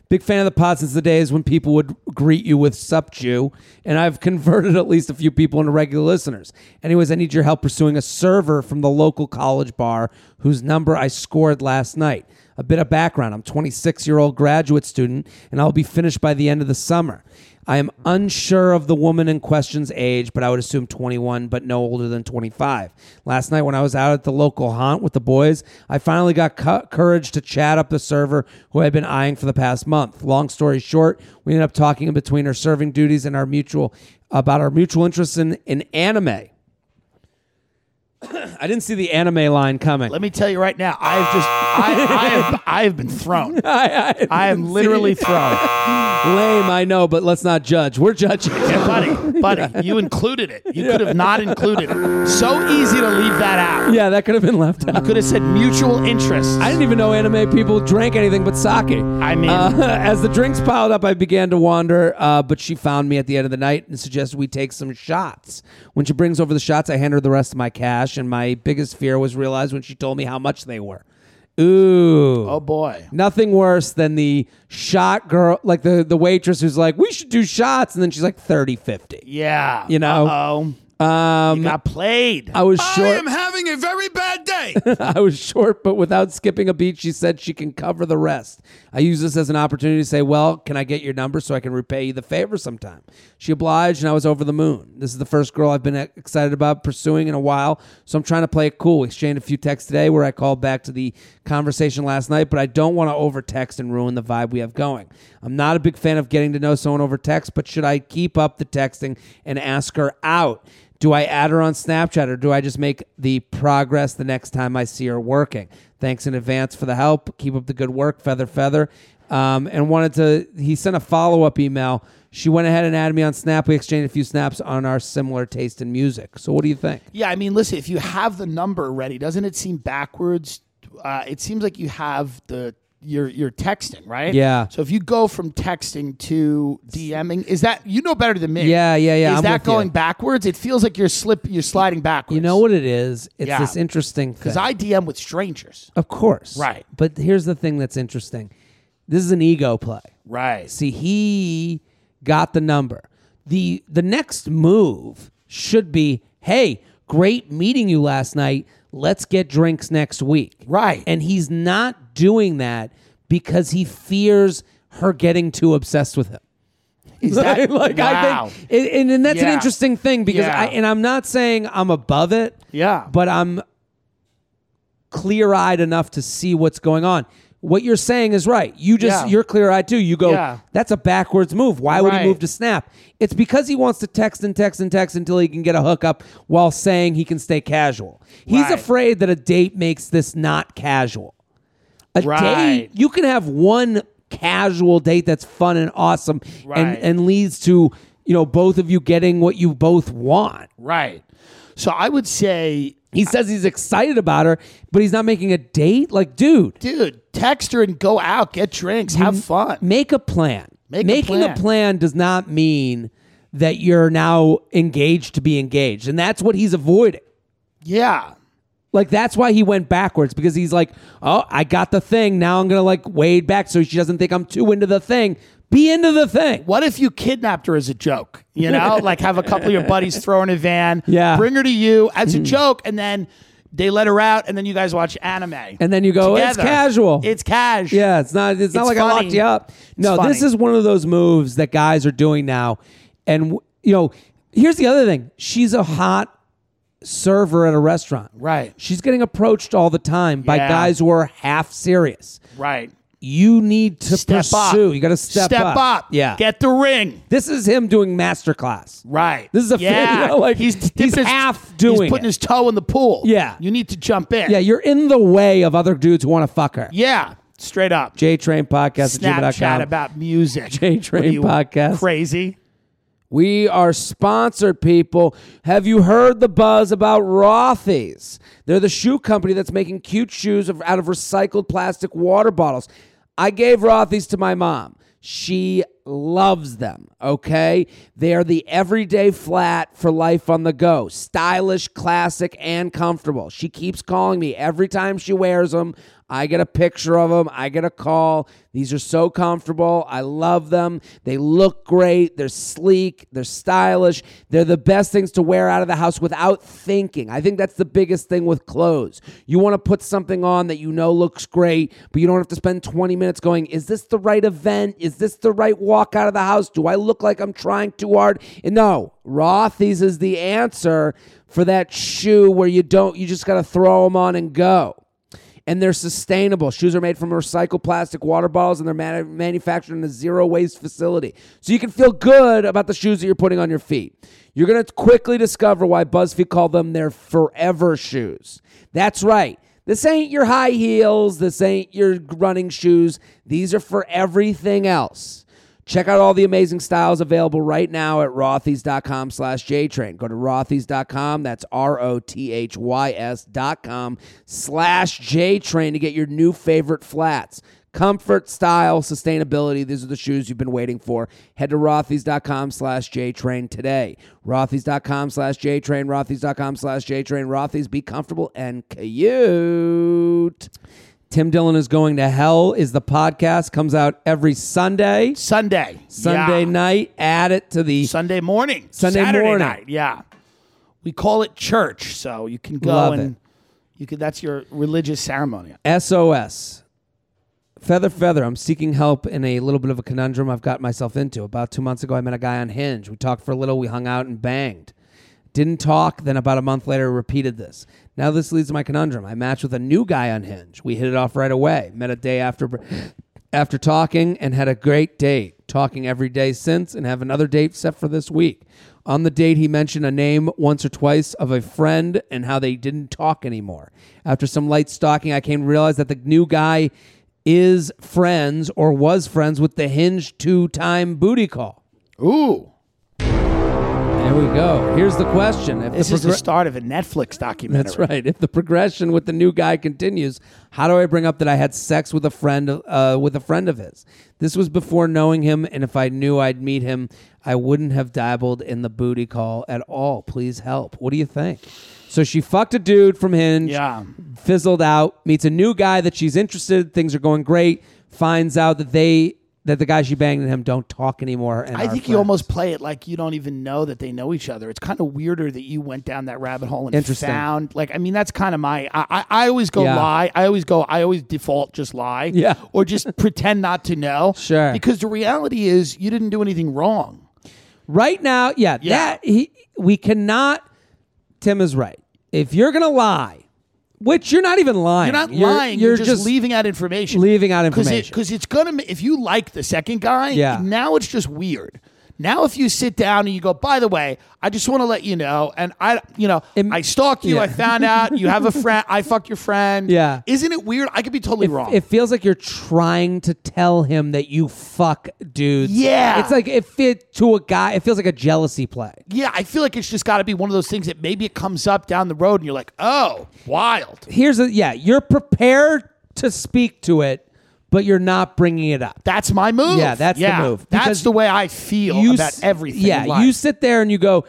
Speaker 1: Big fan of the pod since the days when people would greet you with Sup Jew, and I've <laughs> converted at least a few people into regular listeners. Anyways, I need your help pursuing a server from the local college bar whose number I scored last night. A bit of background I'm 26 year old graduate student, and I'll be finished by the end of the summer. I am unsure of the woman in question's age, but I would assume 21, but no older than 25. Last night, when I was out at the local haunt with the boys, I finally got cu- courage to chat up the server who I'd been eyeing for the past month. Long story short, we ended up talking in between our serving duties and our mutual about our mutual interest in, in anime. <coughs> I didn't see the anime line coming.
Speaker 3: Let me tell you right now, I've just, I, I, have, I have been thrown.
Speaker 1: <laughs> I, I-
Speaker 3: I am literally thrown.
Speaker 1: lame, I know, but let's not judge. We're judging. <laughs>
Speaker 3: Yeah, buddy, buddy, you included it. You could have not included it. So easy to leave that out.
Speaker 1: yeah, that could have been left out.
Speaker 3: You could have said mutual interest.
Speaker 1: I didn't even know anime people drank anything but sake.
Speaker 3: I mean-
Speaker 1: Uh, <laughs> as the drinks piled up, I began to wander, uh, but she found me at the end of the night and suggested we take some shots. When she brings over the shots, I hand her the rest of my cash, and my biggest fear was realized when she told me how much they were. Ooh.
Speaker 3: oh boy.
Speaker 1: Nothing worse than the shot girl, like the, the waitress who's like, we should do shots. And then she's like, 30, 50.
Speaker 3: Yeah.
Speaker 1: You know?
Speaker 3: Oh,
Speaker 1: Um,
Speaker 3: got played.
Speaker 1: I was short.
Speaker 2: having a very bad day.
Speaker 1: <laughs> I was short, but without skipping a beat, she said she can cover the rest. I use this as an opportunity to say, Well, can I get your number so I can repay you the favor sometime? She obliged, and I was over the moon. This is the first girl I've been uh, excited about pursuing in a while, so I'm trying to play it cool. Exchanged a few texts today where I called back to the conversation last night, but I don't want to over text and ruin the vibe we have going. I'm not a big fan of getting to know someone over text, but should I keep up the texting and ask her out? Do I add her on Snapchat or do I just make the progress the next time I see her working? Thanks in advance for the help. Keep up the good work, Feather Feather. Um, and wanted to, he sent a follow up email. She went ahead and added me on Snap. We exchanged a few snaps on our similar taste in music. So, what do you think?
Speaker 3: <laughs> yeah, I mean, listen, if you have the number ready, doesn't it seem backwards? Uh, it seems like you have the you're you're texting, right?
Speaker 1: Yeah.
Speaker 3: So if you go from texting to DMing, is that you know better than me?
Speaker 1: Yeah, yeah, yeah,
Speaker 3: Is
Speaker 1: I'm
Speaker 3: that
Speaker 1: with you.
Speaker 3: going backwards? It feels like you're slip you're sliding backwards.
Speaker 1: You know what it is? It's
Speaker 3: Yeah.
Speaker 1: this interesting thing.
Speaker 3: Because I DM with strangers.
Speaker 1: of course.
Speaker 3: Right.
Speaker 1: But here's the thing that's interesting this is an ego play.
Speaker 3: Right.
Speaker 1: See, he got the number. The the next move should be, hey, great meeting you last night. Let's get drinks next week.
Speaker 3: Right.
Speaker 1: And he's not doing that because he fears her getting too obsessed with him.
Speaker 3: Is <laughs> that,
Speaker 1: like I
Speaker 3: wow.
Speaker 1: think and, and, and that's an
Speaker 3: Yeah.
Speaker 1: interesting thing because
Speaker 3: Yeah.
Speaker 1: I and I'm not saying I'm above it.
Speaker 3: Yeah.
Speaker 1: But I'm clear eyed enough to see what's going on. What you're saying is right. You just
Speaker 3: Yeah.
Speaker 1: you're clear eyed too. You go,
Speaker 3: Yeah.
Speaker 1: that's a backwards move. Why would he
Speaker 3: Right.
Speaker 1: move to snap? It's because he wants to text and text and text until he can get a hookup while saying he can stay casual. He's
Speaker 3: Right.
Speaker 1: afraid that a date makes this not casual. A date
Speaker 3: Right.
Speaker 1: you can have one casual date that's fun and awesome and
Speaker 3: Right.
Speaker 1: and leads to you know both of you getting what you both want
Speaker 3: Right. So I would say,
Speaker 1: he says he's excited about her but he's not making a date like dude
Speaker 3: dude, text her and go out, get drinks,
Speaker 1: Mm-hmm.
Speaker 3: have fun.
Speaker 1: make a plan
Speaker 3: Make a
Speaker 1: making
Speaker 3: plan.
Speaker 1: does not mean that you're now engaged to be engaged and that's what he's avoiding
Speaker 3: Yeah.
Speaker 1: like that's why he went backwards because he's like oh i got the thing now i'm gonna like wade back so she doesn't think i'm too into the thing be into the thing
Speaker 3: What if you kidnapped her as a joke?
Speaker 1: <laughs>
Speaker 3: You know, like have a couple of your buddies throw her in a van,
Speaker 1: Yeah. Hmm.
Speaker 3: bring her to you as a joke, and then they let her out, and then you guys watch anime.
Speaker 1: and then you go it's
Speaker 3: Together.
Speaker 1: casual
Speaker 3: It's cash.
Speaker 1: Yeah, it's not. It's, not
Speaker 3: It's
Speaker 1: like I
Speaker 3: funny.
Speaker 1: locked you up. No,
Speaker 3: It's
Speaker 1: this
Speaker 3: funny.
Speaker 1: is one of those moves that guys are doing now. And w- you know, here's the other thing: she's a hot server at a restaurant.
Speaker 3: Right.
Speaker 1: She's getting approached all the time by
Speaker 3: Yeah.
Speaker 1: guys who are half serious.
Speaker 3: Right.
Speaker 1: You need to
Speaker 3: Step up.
Speaker 1: pursue. You got to step,
Speaker 3: up.
Speaker 1: Yeah.
Speaker 3: Get the ring.
Speaker 1: this is him doing masterclass.
Speaker 3: Right.
Speaker 1: This is a <laughs>
Speaker 3: yeah.
Speaker 1: you know, like he's
Speaker 3: he's
Speaker 1: he's
Speaker 3: dipping his-
Speaker 1: half doing.
Speaker 3: He's putting
Speaker 1: it.
Speaker 3: his toe in the pool.
Speaker 1: Yeah.
Speaker 3: You need to jump in.
Speaker 1: yeah, you're in the way of other dudes who want to fuck her.
Speaker 3: Yeah. Straight up.
Speaker 1: J Train Podcast at
Speaker 3: Snapchat
Speaker 1: gmail.com.
Speaker 3: about music.
Speaker 1: J-Train
Speaker 3: What are you,
Speaker 1: podcast.
Speaker 3: Crazy.
Speaker 1: We are sponsored, people. Have you heard the buzz about Rothy's? They're the shoe company that's making cute shoes of, out of recycled plastic water bottles. I gave Rothy's to my mom. She loves them, okay? They are the everyday flat for life on the go. Stylish, classic, and comfortable. She keeps calling me every time she wears them. I get a picture of them. I get a call. These are so comfortable. I love them. They look great. They're sleek. They're stylish. They're the best things to wear out of the house without thinking. I think that's the biggest thing with clothes. You want to put something on that you know looks great, but you don't have to spend 20 minutes going, is this the right event? Is this the right walk out of the house? Do I look like I'm trying too hard? And no, Rothy's is the answer for that shoe where you don't, you just got to throw them on and go and they're sustainable. Shoes are made from recycled plastic water bottles, and they're man- manufactured in a zero waste facility. So you can feel good about the shoes that you're putting on your feet. You're going to quickly discover why BuzzFeed called them their forever shoes. That's right. This ain't your high heels, this ain't your running shoes. These are for everything else. Check out all the amazing styles available right now at rothys.com slash jtrain. Go to rothys.com. That's R-O-T-H-Y-S dot com slash jtrain to get your new favorite flats. Comfort, style, sustainability. These are the shoes you've been waiting for. Head to rothys.com slash jtrain today. rothys.com slash jtrain, rothys.com slash jtrain. Rothys, be comfortable and cute. Tim Dillon is going to hell is the podcast comes out every Sunday.
Speaker 3: Sunday.
Speaker 1: Sunday
Speaker 3: Yeah.
Speaker 1: night. Add it to the
Speaker 3: Sunday morning.
Speaker 1: Sunday
Speaker 3: Saturday
Speaker 1: morning.
Speaker 3: night. Yeah. We call it church, so you can go
Speaker 1: Love
Speaker 3: and you could that's your religious ceremony.
Speaker 1: SOS. Feather, feather. I'm seeking help in a little bit of a conundrum I've got myself into. About two months ago, I met a guy on Hinge. We talked for a little. We hung out and banged. Didn't talk. Then about a month later, repeated this. Now this leads to my conundrum. I matched with a new guy on Hinge. We hit it off right away. Met a day after, after talking and had a great date. Talking every day since, and have another date set for this week. On the date, he mentioned a name once or twice of a friend and how they didn't talk anymore. After some light stalking, I came to realize that the new guy is friends or was friends with the Hinge two time booty call.
Speaker 3: Ooh.
Speaker 1: There we go. Here's the question. If
Speaker 3: This
Speaker 1: the
Speaker 3: is the
Speaker 1: progr-
Speaker 3: start of a Netflix documentary.
Speaker 1: That's right. If the progression with the new guy continues, how do I bring up that I had sex with a friend uh, with a friend of his? This was before knowing him, and if I knew I'd meet him, I wouldn't have dabbled in the booty call at all. Please help. What do you think? So she fucked a dude from Hinge,
Speaker 3: Yeah.
Speaker 1: fizzled out, meets a new guy that she's interested. Things are going great. Finds out that they that the guy she banged and him don't talk anymore. And are
Speaker 3: I think
Speaker 1: friends.
Speaker 3: you almost play it like you don't even know that they know each other. It's kind of weirder that you went down that rabbit hole and
Speaker 1: Interesting.
Speaker 3: found like I mean that's kind of my I, I, I always go
Speaker 1: Yeah.
Speaker 3: lie. I always go I always default just lie.
Speaker 1: Yeah.
Speaker 3: Or just pretend not to know.
Speaker 1: Sure.
Speaker 3: Because the reality is you didn't do anything wrong.
Speaker 1: Right now, yeah,
Speaker 3: Yeah.
Speaker 1: that he, we cannot. Tim is right. If you're gonna lie, which you're not even lying,
Speaker 3: You're not lying. You're, just, leaving out information.
Speaker 1: leaving out information.
Speaker 3: Because it's gonna ma- if you like the second guy,
Speaker 1: Yeah.
Speaker 3: now it's just weird. Now if you sit down and you go, by the way, I just want to let you know, and I you know,
Speaker 1: Im-
Speaker 3: I stalked you,
Speaker 1: yeah.
Speaker 3: I found out you have a
Speaker 1: <laughs>
Speaker 3: friend, I fucked your friend.
Speaker 1: Yeah.
Speaker 3: Isn't it weird? I could be totally wrong.
Speaker 1: It feels like you're trying to tell him that you fuck dudes.
Speaker 3: Yeah.
Speaker 1: it's like it fit to a guy. It feels like a jealousy play.
Speaker 3: yeah, I feel like it's just gotta be one of those things that maybe it comes up down the road and you're like, oh, wild.
Speaker 1: Here's a yeah. You're prepared to speak to it, but you're not bringing it up.
Speaker 3: That's my move.
Speaker 1: Yeah, that's the move. Because
Speaker 3: That's the way I feel about
Speaker 1: s-
Speaker 3: everything. in
Speaker 1: Yeah,
Speaker 3: life.
Speaker 1: you sit there and you go,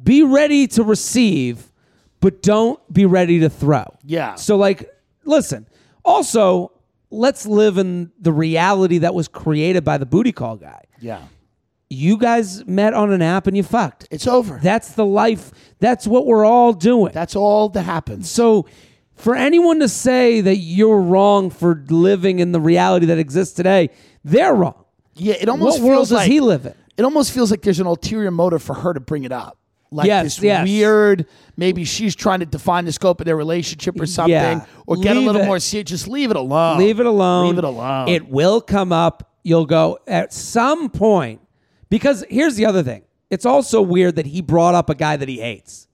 Speaker 1: be ready to receive, but don't be ready to throw.
Speaker 3: Yeah.
Speaker 1: So like, listen. Also, let's live in the reality that was created by the booty call guy.
Speaker 3: Yeah.
Speaker 1: You guys met on an app and you fucked.
Speaker 3: It's over.
Speaker 1: That's the life. That's what we're all doing.
Speaker 3: that's all that happens.
Speaker 1: So for anyone to say that you're wrong for living in the reality that exists today, they're wrong.
Speaker 3: Yeah, it almost
Speaker 1: what world
Speaker 3: feels
Speaker 1: does
Speaker 3: like
Speaker 1: he live in?
Speaker 3: it almost feels like there's an ulterior motive for her to bring it up. Like
Speaker 1: Yes,
Speaker 3: this
Speaker 1: yes.
Speaker 3: weird, maybe she's trying to define the scope of their relationship or something, or get
Speaker 1: Leave
Speaker 3: a little
Speaker 1: it.
Speaker 3: more serious. Just leave it alone.
Speaker 1: Leave it alone.
Speaker 3: Leave it alone.
Speaker 1: It will come up. You'll go at some point because here's the other thing. It's also weird that he brought up a guy that he hates.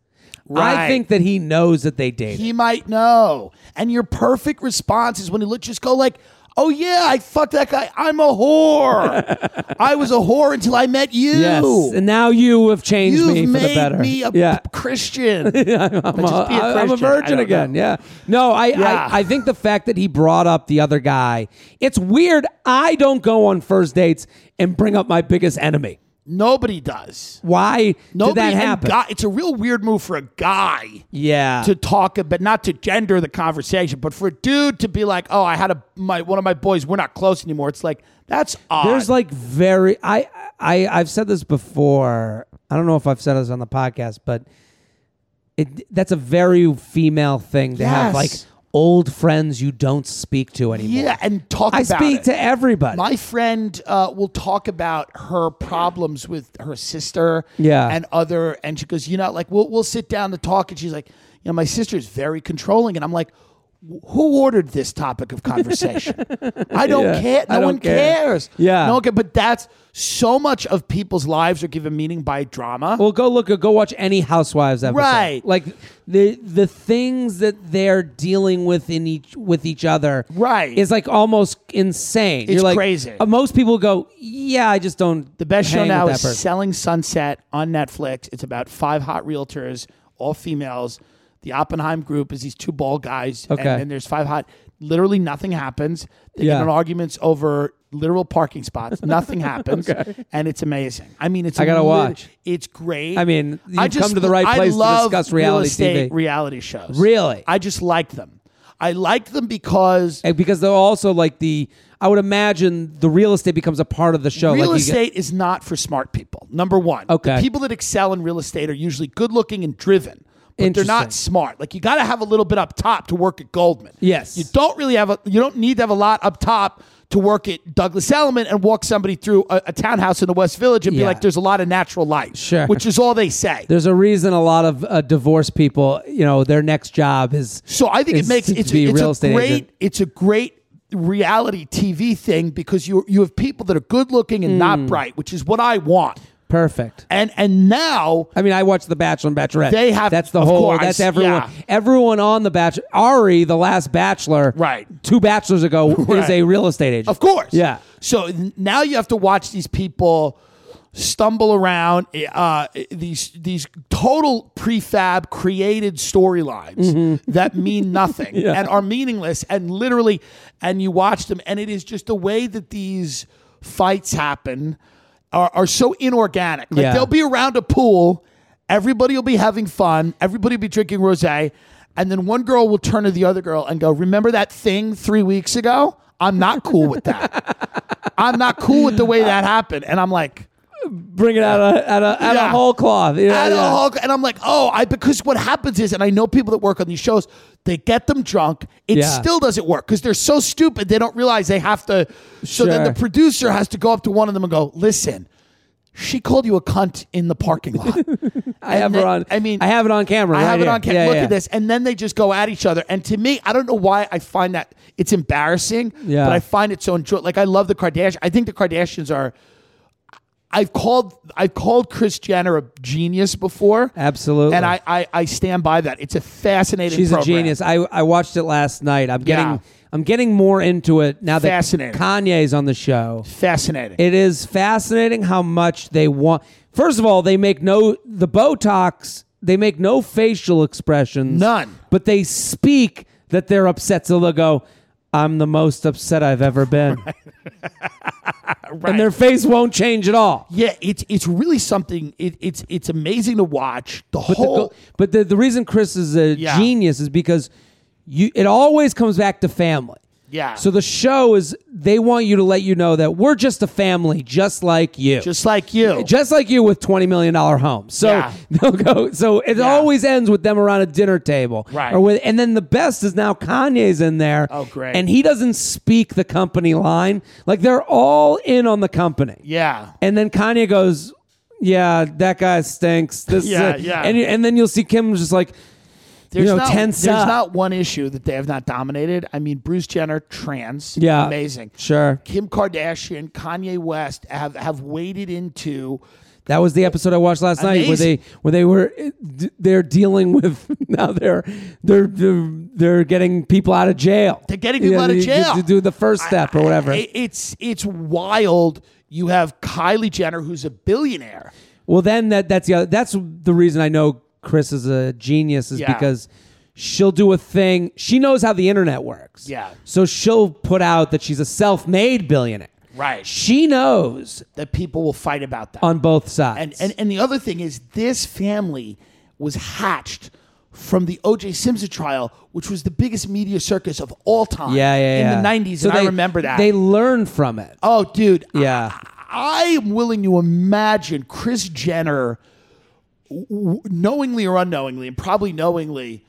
Speaker 1: I
Speaker 3: Right.
Speaker 1: think that he knows that they dated.
Speaker 3: he might know, and your perfect response is when he look, just go like, Oh yeah, I fucked that guy. I'm
Speaker 1: <laughs>
Speaker 3: a whore. I was a whore until I met you.
Speaker 1: Yes, and now you have changed
Speaker 3: You've
Speaker 1: me for
Speaker 3: made
Speaker 1: the better.
Speaker 3: me a
Speaker 1: yeah. <laughs>
Speaker 3: Christian. yeah,
Speaker 1: I'm a- I- I'm a virgin again. Yeah. No, I,
Speaker 3: Yeah.
Speaker 1: I I think the fact that he brought up the other guy, it's weird. I don't go on first dates and bring up my biggest enemy.
Speaker 3: Nobody does.
Speaker 1: Why did
Speaker 3: Nobody
Speaker 1: that
Speaker 3: and
Speaker 1: happen?
Speaker 3: guy- it's a real weird move for a guy
Speaker 1: yeah.
Speaker 3: to talk, but not to gender the conversation, but for a dude to be like, "Oh, I had a my one of my boys. We're not close anymore." It's like that's odd.
Speaker 1: There's like very I I I've said this before. I don't know if I've said this on the podcast, but it that's a very female thing to have
Speaker 3: Yes.
Speaker 1: like old friends you don't speak to anymore.
Speaker 3: yeah, and talk.
Speaker 1: I
Speaker 3: about
Speaker 1: speak
Speaker 3: it.
Speaker 1: to everybody.
Speaker 3: My friend uh, will talk about her problems with her sister
Speaker 1: Yeah.
Speaker 3: and other, and she goes, you know, like we'll, we'll sit down to talk, and she's like, you know, my sister is very controlling, and I'm like, "Wh- who ordered this topic
Speaker 1: <laughs>
Speaker 3: of conversation? I don't
Speaker 1: Yeah,
Speaker 3: care.
Speaker 1: I
Speaker 3: No
Speaker 1: don't
Speaker 3: one
Speaker 1: care.
Speaker 3: cares.
Speaker 1: Yeah.
Speaker 3: no one ca- But that's so much of people's lives are given meaning by drama.
Speaker 1: Well, go look. Go watch any Housewives episode.
Speaker 3: Right.
Speaker 1: Like the the things that they're dealing with in each with each other.
Speaker 3: Right.
Speaker 1: Is like almost insane. You're like
Speaker 3: crazy.
Speaker 1: uh, most people go, yeah, I just don't.
Speaker 3: The best show
Speaker 1: hang
Speaker 3: now
Speaker 1: with
Speaker 3: is
Speaker 1: that person."
Speaker 3: Selling Sunset on Netflix. It's about five hot realtors, all females. The Oppenheim group is these two bald guys.
Speaker 1: Okay.
Speaker 3: And then there's five hot. Literally nothing happens. They
Speaker 1: Yeah.
Speaker 3: get in arguments over literal
Speaker 1: <laughs>
Speaker 3: parking spots. Nothing happens. And it's amazing. I mean, it's
Speaker 1: I gotta
Speaker 3: lit-
Speaker 1: watch.
Speaker 3: It's great.
Speaker 1: I mean, you've come to the right
Speaker 3: I
Speaker 1: place to
Speaker 3: love
Speaker 1: discuss
Speaker 3: real
Speaker 1: reality
Speaker 3: estate
Speaker 1: TV.
Speaker 3: reality shows.
Speaker 1: Really?
Speaker 3: I just like them. I like them because
Speaker 1: And because they're also like the. I would imagine the real estate becomes a part of the show.
Speaker 3: real
Speaker 1: Oh, like you get-
Speaker 3: estate is not for smart people. Number one,
Speaker 1: Okay.
Speaker 3: the people that excel in real estate are usually good looking and driven, but they're
Speaker 1: Interesting.
Speaker 3: not smart. Like you got to have a little bit up top to work at Goldman.
Speaker 1: Yes.
Speaker 3: you don't really have a. You don't need to have a lot up top to work at Douglas Elliman and walk somebody through a, a townhouse in the West Village and
Speaker 1: Yeah.
Speaker 3: be like, "There's a lot of natural light,"
Speaker 1: Sure.
Speaker 3: which is all they say.
Speaker 1: there's a reason a lot of uh, divorced people, you know, their next job is.
Speaker 3: So I think
Speaker 1: is
Speaker 3: it makes
Speaker 1: to
Speaker 3: it's,
Speaker 1: be
Speaker 3: it's
Speaker 1: real
Speaker 3: a
Speaker 1: estate
Speaker 3: great
Speaker 1: agent.
Speaker 3: it's a great reality TV thing because you you have people that are good looking and
Speaker 1: Hmm.
Speaker 3: not bright, which is what I want.
Speaker 1: perfect.
Speaker 3: And and now
Speaker 1: I mean, I watch The Bachelor and Bachelorette.
Speaker 3: They have-
Speaker 1: that's the
Speaker 3: of
Speaker 1: whole.
Speaker 3: course,
Speaker 1: that's everyone.
Speaker 3: yeah.
Speaker 1: Everyone on the Bachelor. Ari, the last Bachelor,
Speaker 3: Right.
Speaker 1: Two Bachelors ago, is
Speaker 3: <laughs> Right.
Speaker 1: a real estate agent.
Speaker 3: Of course.
Speaker 1: Yeah.
Speaker 3: So n- now you have to watch these people stumble around uh, these these total prefab created storylines that mean nothing and are meaningless and literally and you watch them and it is just the way that these fights happen are, are so inorganic like
Speaker 1: Yeah.
Speaker 3: they'll be around a pool everybody will be having fun everybody will be drinking rosé and then one girl will turn to the other girl and go remember that thing 3 weeks ago i'm not cool with that i'm not cool with the way that happened and i'm like
Speaker 1: Bring it out of <laughs> out of, out
Speaker 3: Yeah.
Speaker 1: of whole cloth. Yeah,
Speaker 3: at a
Speaker 1: yeah.
Speaker 3: hog- and I'm like, oh, I because what happens is, and I know people that work on these shows, they get them drunk. It
Speaker 1: Yeah.
Speaker 3: still doesn't work because they're so stupid they don't realize they have to. So then
Speaker 1: Sure.
Speaker 3: the producer has to go up to one of them and go, listen, she called you a cunt in the parking lot.
Speaker 1: I have
Speaker 3: then-
Speaker 1: her on.
Speaker 3: I mean,
Speaker 1: I have it on camera.
Speaker 3: I
Speaker 1: right
Speaker 3: have it
Speaker 1: here.
Speaker 3: on camera.
Speaker 1: Yeah,
Speaker 3: Look
Speaker 1: yeah.
Speaker 3: at this, and then they just go at each other. And to me, I don't know why I find that it's embarrassing.
Speaker 1: Yeah.
Speaker 3: but I find it so enjoyable. Like I love the Kardashians. I think the Kardashians are. I've called I've called Chris Jenner a genius before.
Speaker 1: Absolutely.
Speaker 3: And I, I, I stand by that. It's a fascinating
Speaker 1: She's a
Speaker 3: program.
Speaker 1: genius. I I watched it last night. I'm getting
Speaker 3: Yeah.
Speaker 1: I'm getting more into it now that
Speaker 3: Fascinating.
Speaker 1: Kanye's on the show.
Speaker 3: Fascinating.
Speaker 1: It is fascinating how much they want. First of all, they make no the Botox. They make no facial expressions.
Speaker 3: None.
Speaker 1: But they speak that they're upset. So they'll go, "I'm the most upset I've ever
Speaker 3: <laughs>
Speaker 1: been," and their face won't change at all.
Speaker 3: yeah, it's it's really something it, it's it's amazing to watch the
Speaker 1: But,
Speaker 3: whole
Speaker 1: the, go- but the, the reason Chris is a
Speaker 3: Yeah.
Speaker 1: genius is because you it always comes back to family.
Speaker 3: Yeah.
Speaker 1: So the show is they want you to let you know that we're just a family, just like you.
Speaker 3: just like you.
Speaker 1: just like you with twenty million dollar home. So
Speaker 3: Yeah.
Speaker 1: <laughs> they'll go. So it
Speaker 3: Yeah.
Speaker 1: always ends with them around a dinner table,
Speaker 3: Right.
Speaker 1: Or with, and then the best is now Kanye's in there.
Speaker 3: Oh, great.
Speaker 1: And he doesn't speak the company line. Like they're all in on the company.
Speaker 3: yeah.
Speaker 1: And then Kanye goes, "Yeah, that guy stinks." This, is
Speaker 3: Yeah,
Speaker 1: it."
Speaker 3: yeah.
Speaker 1: And and then you'll see Kim just like,
Speaker 3: There's
Speaker 1: know,
Speaker 3: not,
Speaker 1: tense
Speaker 3: There's
Speaker 1: up.
Speaker 3: not one issue that they have not dominated. I mean, Bruce Jenner, trans,
Speaker 1: "Yeah,
Speaker 3: amazing.
Speaker 1: sure."
Speaker 3: Kim Kardashian, Kanye West have have waded into
Speaker 1: That was the episode I watched last night where they where they were they're dealing with <laughs> now they're they're they're, they're getting people out of jail.
Speaker 3: They're getting people
Speaker 1: Yeah,
Speaker 3: out of
Speaker 1: you-
Speaker 3: jail.
Speaker 1: to do the first step or whatever.
Speaker 3: I- it's it's wild. You have Kylie Jenner, who's a billionaire.
Speaker 1: Well, then that that's the other, that's the reason I know Chris is a genius is
Speaker 3: Yeah.
Speaker 1: because she'll do a thing. She knows how the internet works.
Speaker 3: Yeah.
Speaker 1: So she'll put out that she's a self-made billionaire.
Speaker 3: Right.
Speaker 1: She knows
Speaker 3: That people will fight about that.
Speaker 1: on both sides.
Speaker 3: and, and and the other thing is, this family was hatched from the O.J. Simpson trial, which was the biggest media circus of all time.
Speaker 1: yeah, yeah, yeah.
Speaker 3: in the '90s,
Speaker 1: So
Speaker 3: and I
Speaker 1: they-
Speaker 3: remember that.
Speaker 1: They learn from it.
Speaker 3: oh, dude,
Speaker 1: Yeah.
Speaker 3: I am willing to imagine Chris Jenner, w- knowingly or unknowingly, and probably knowingly,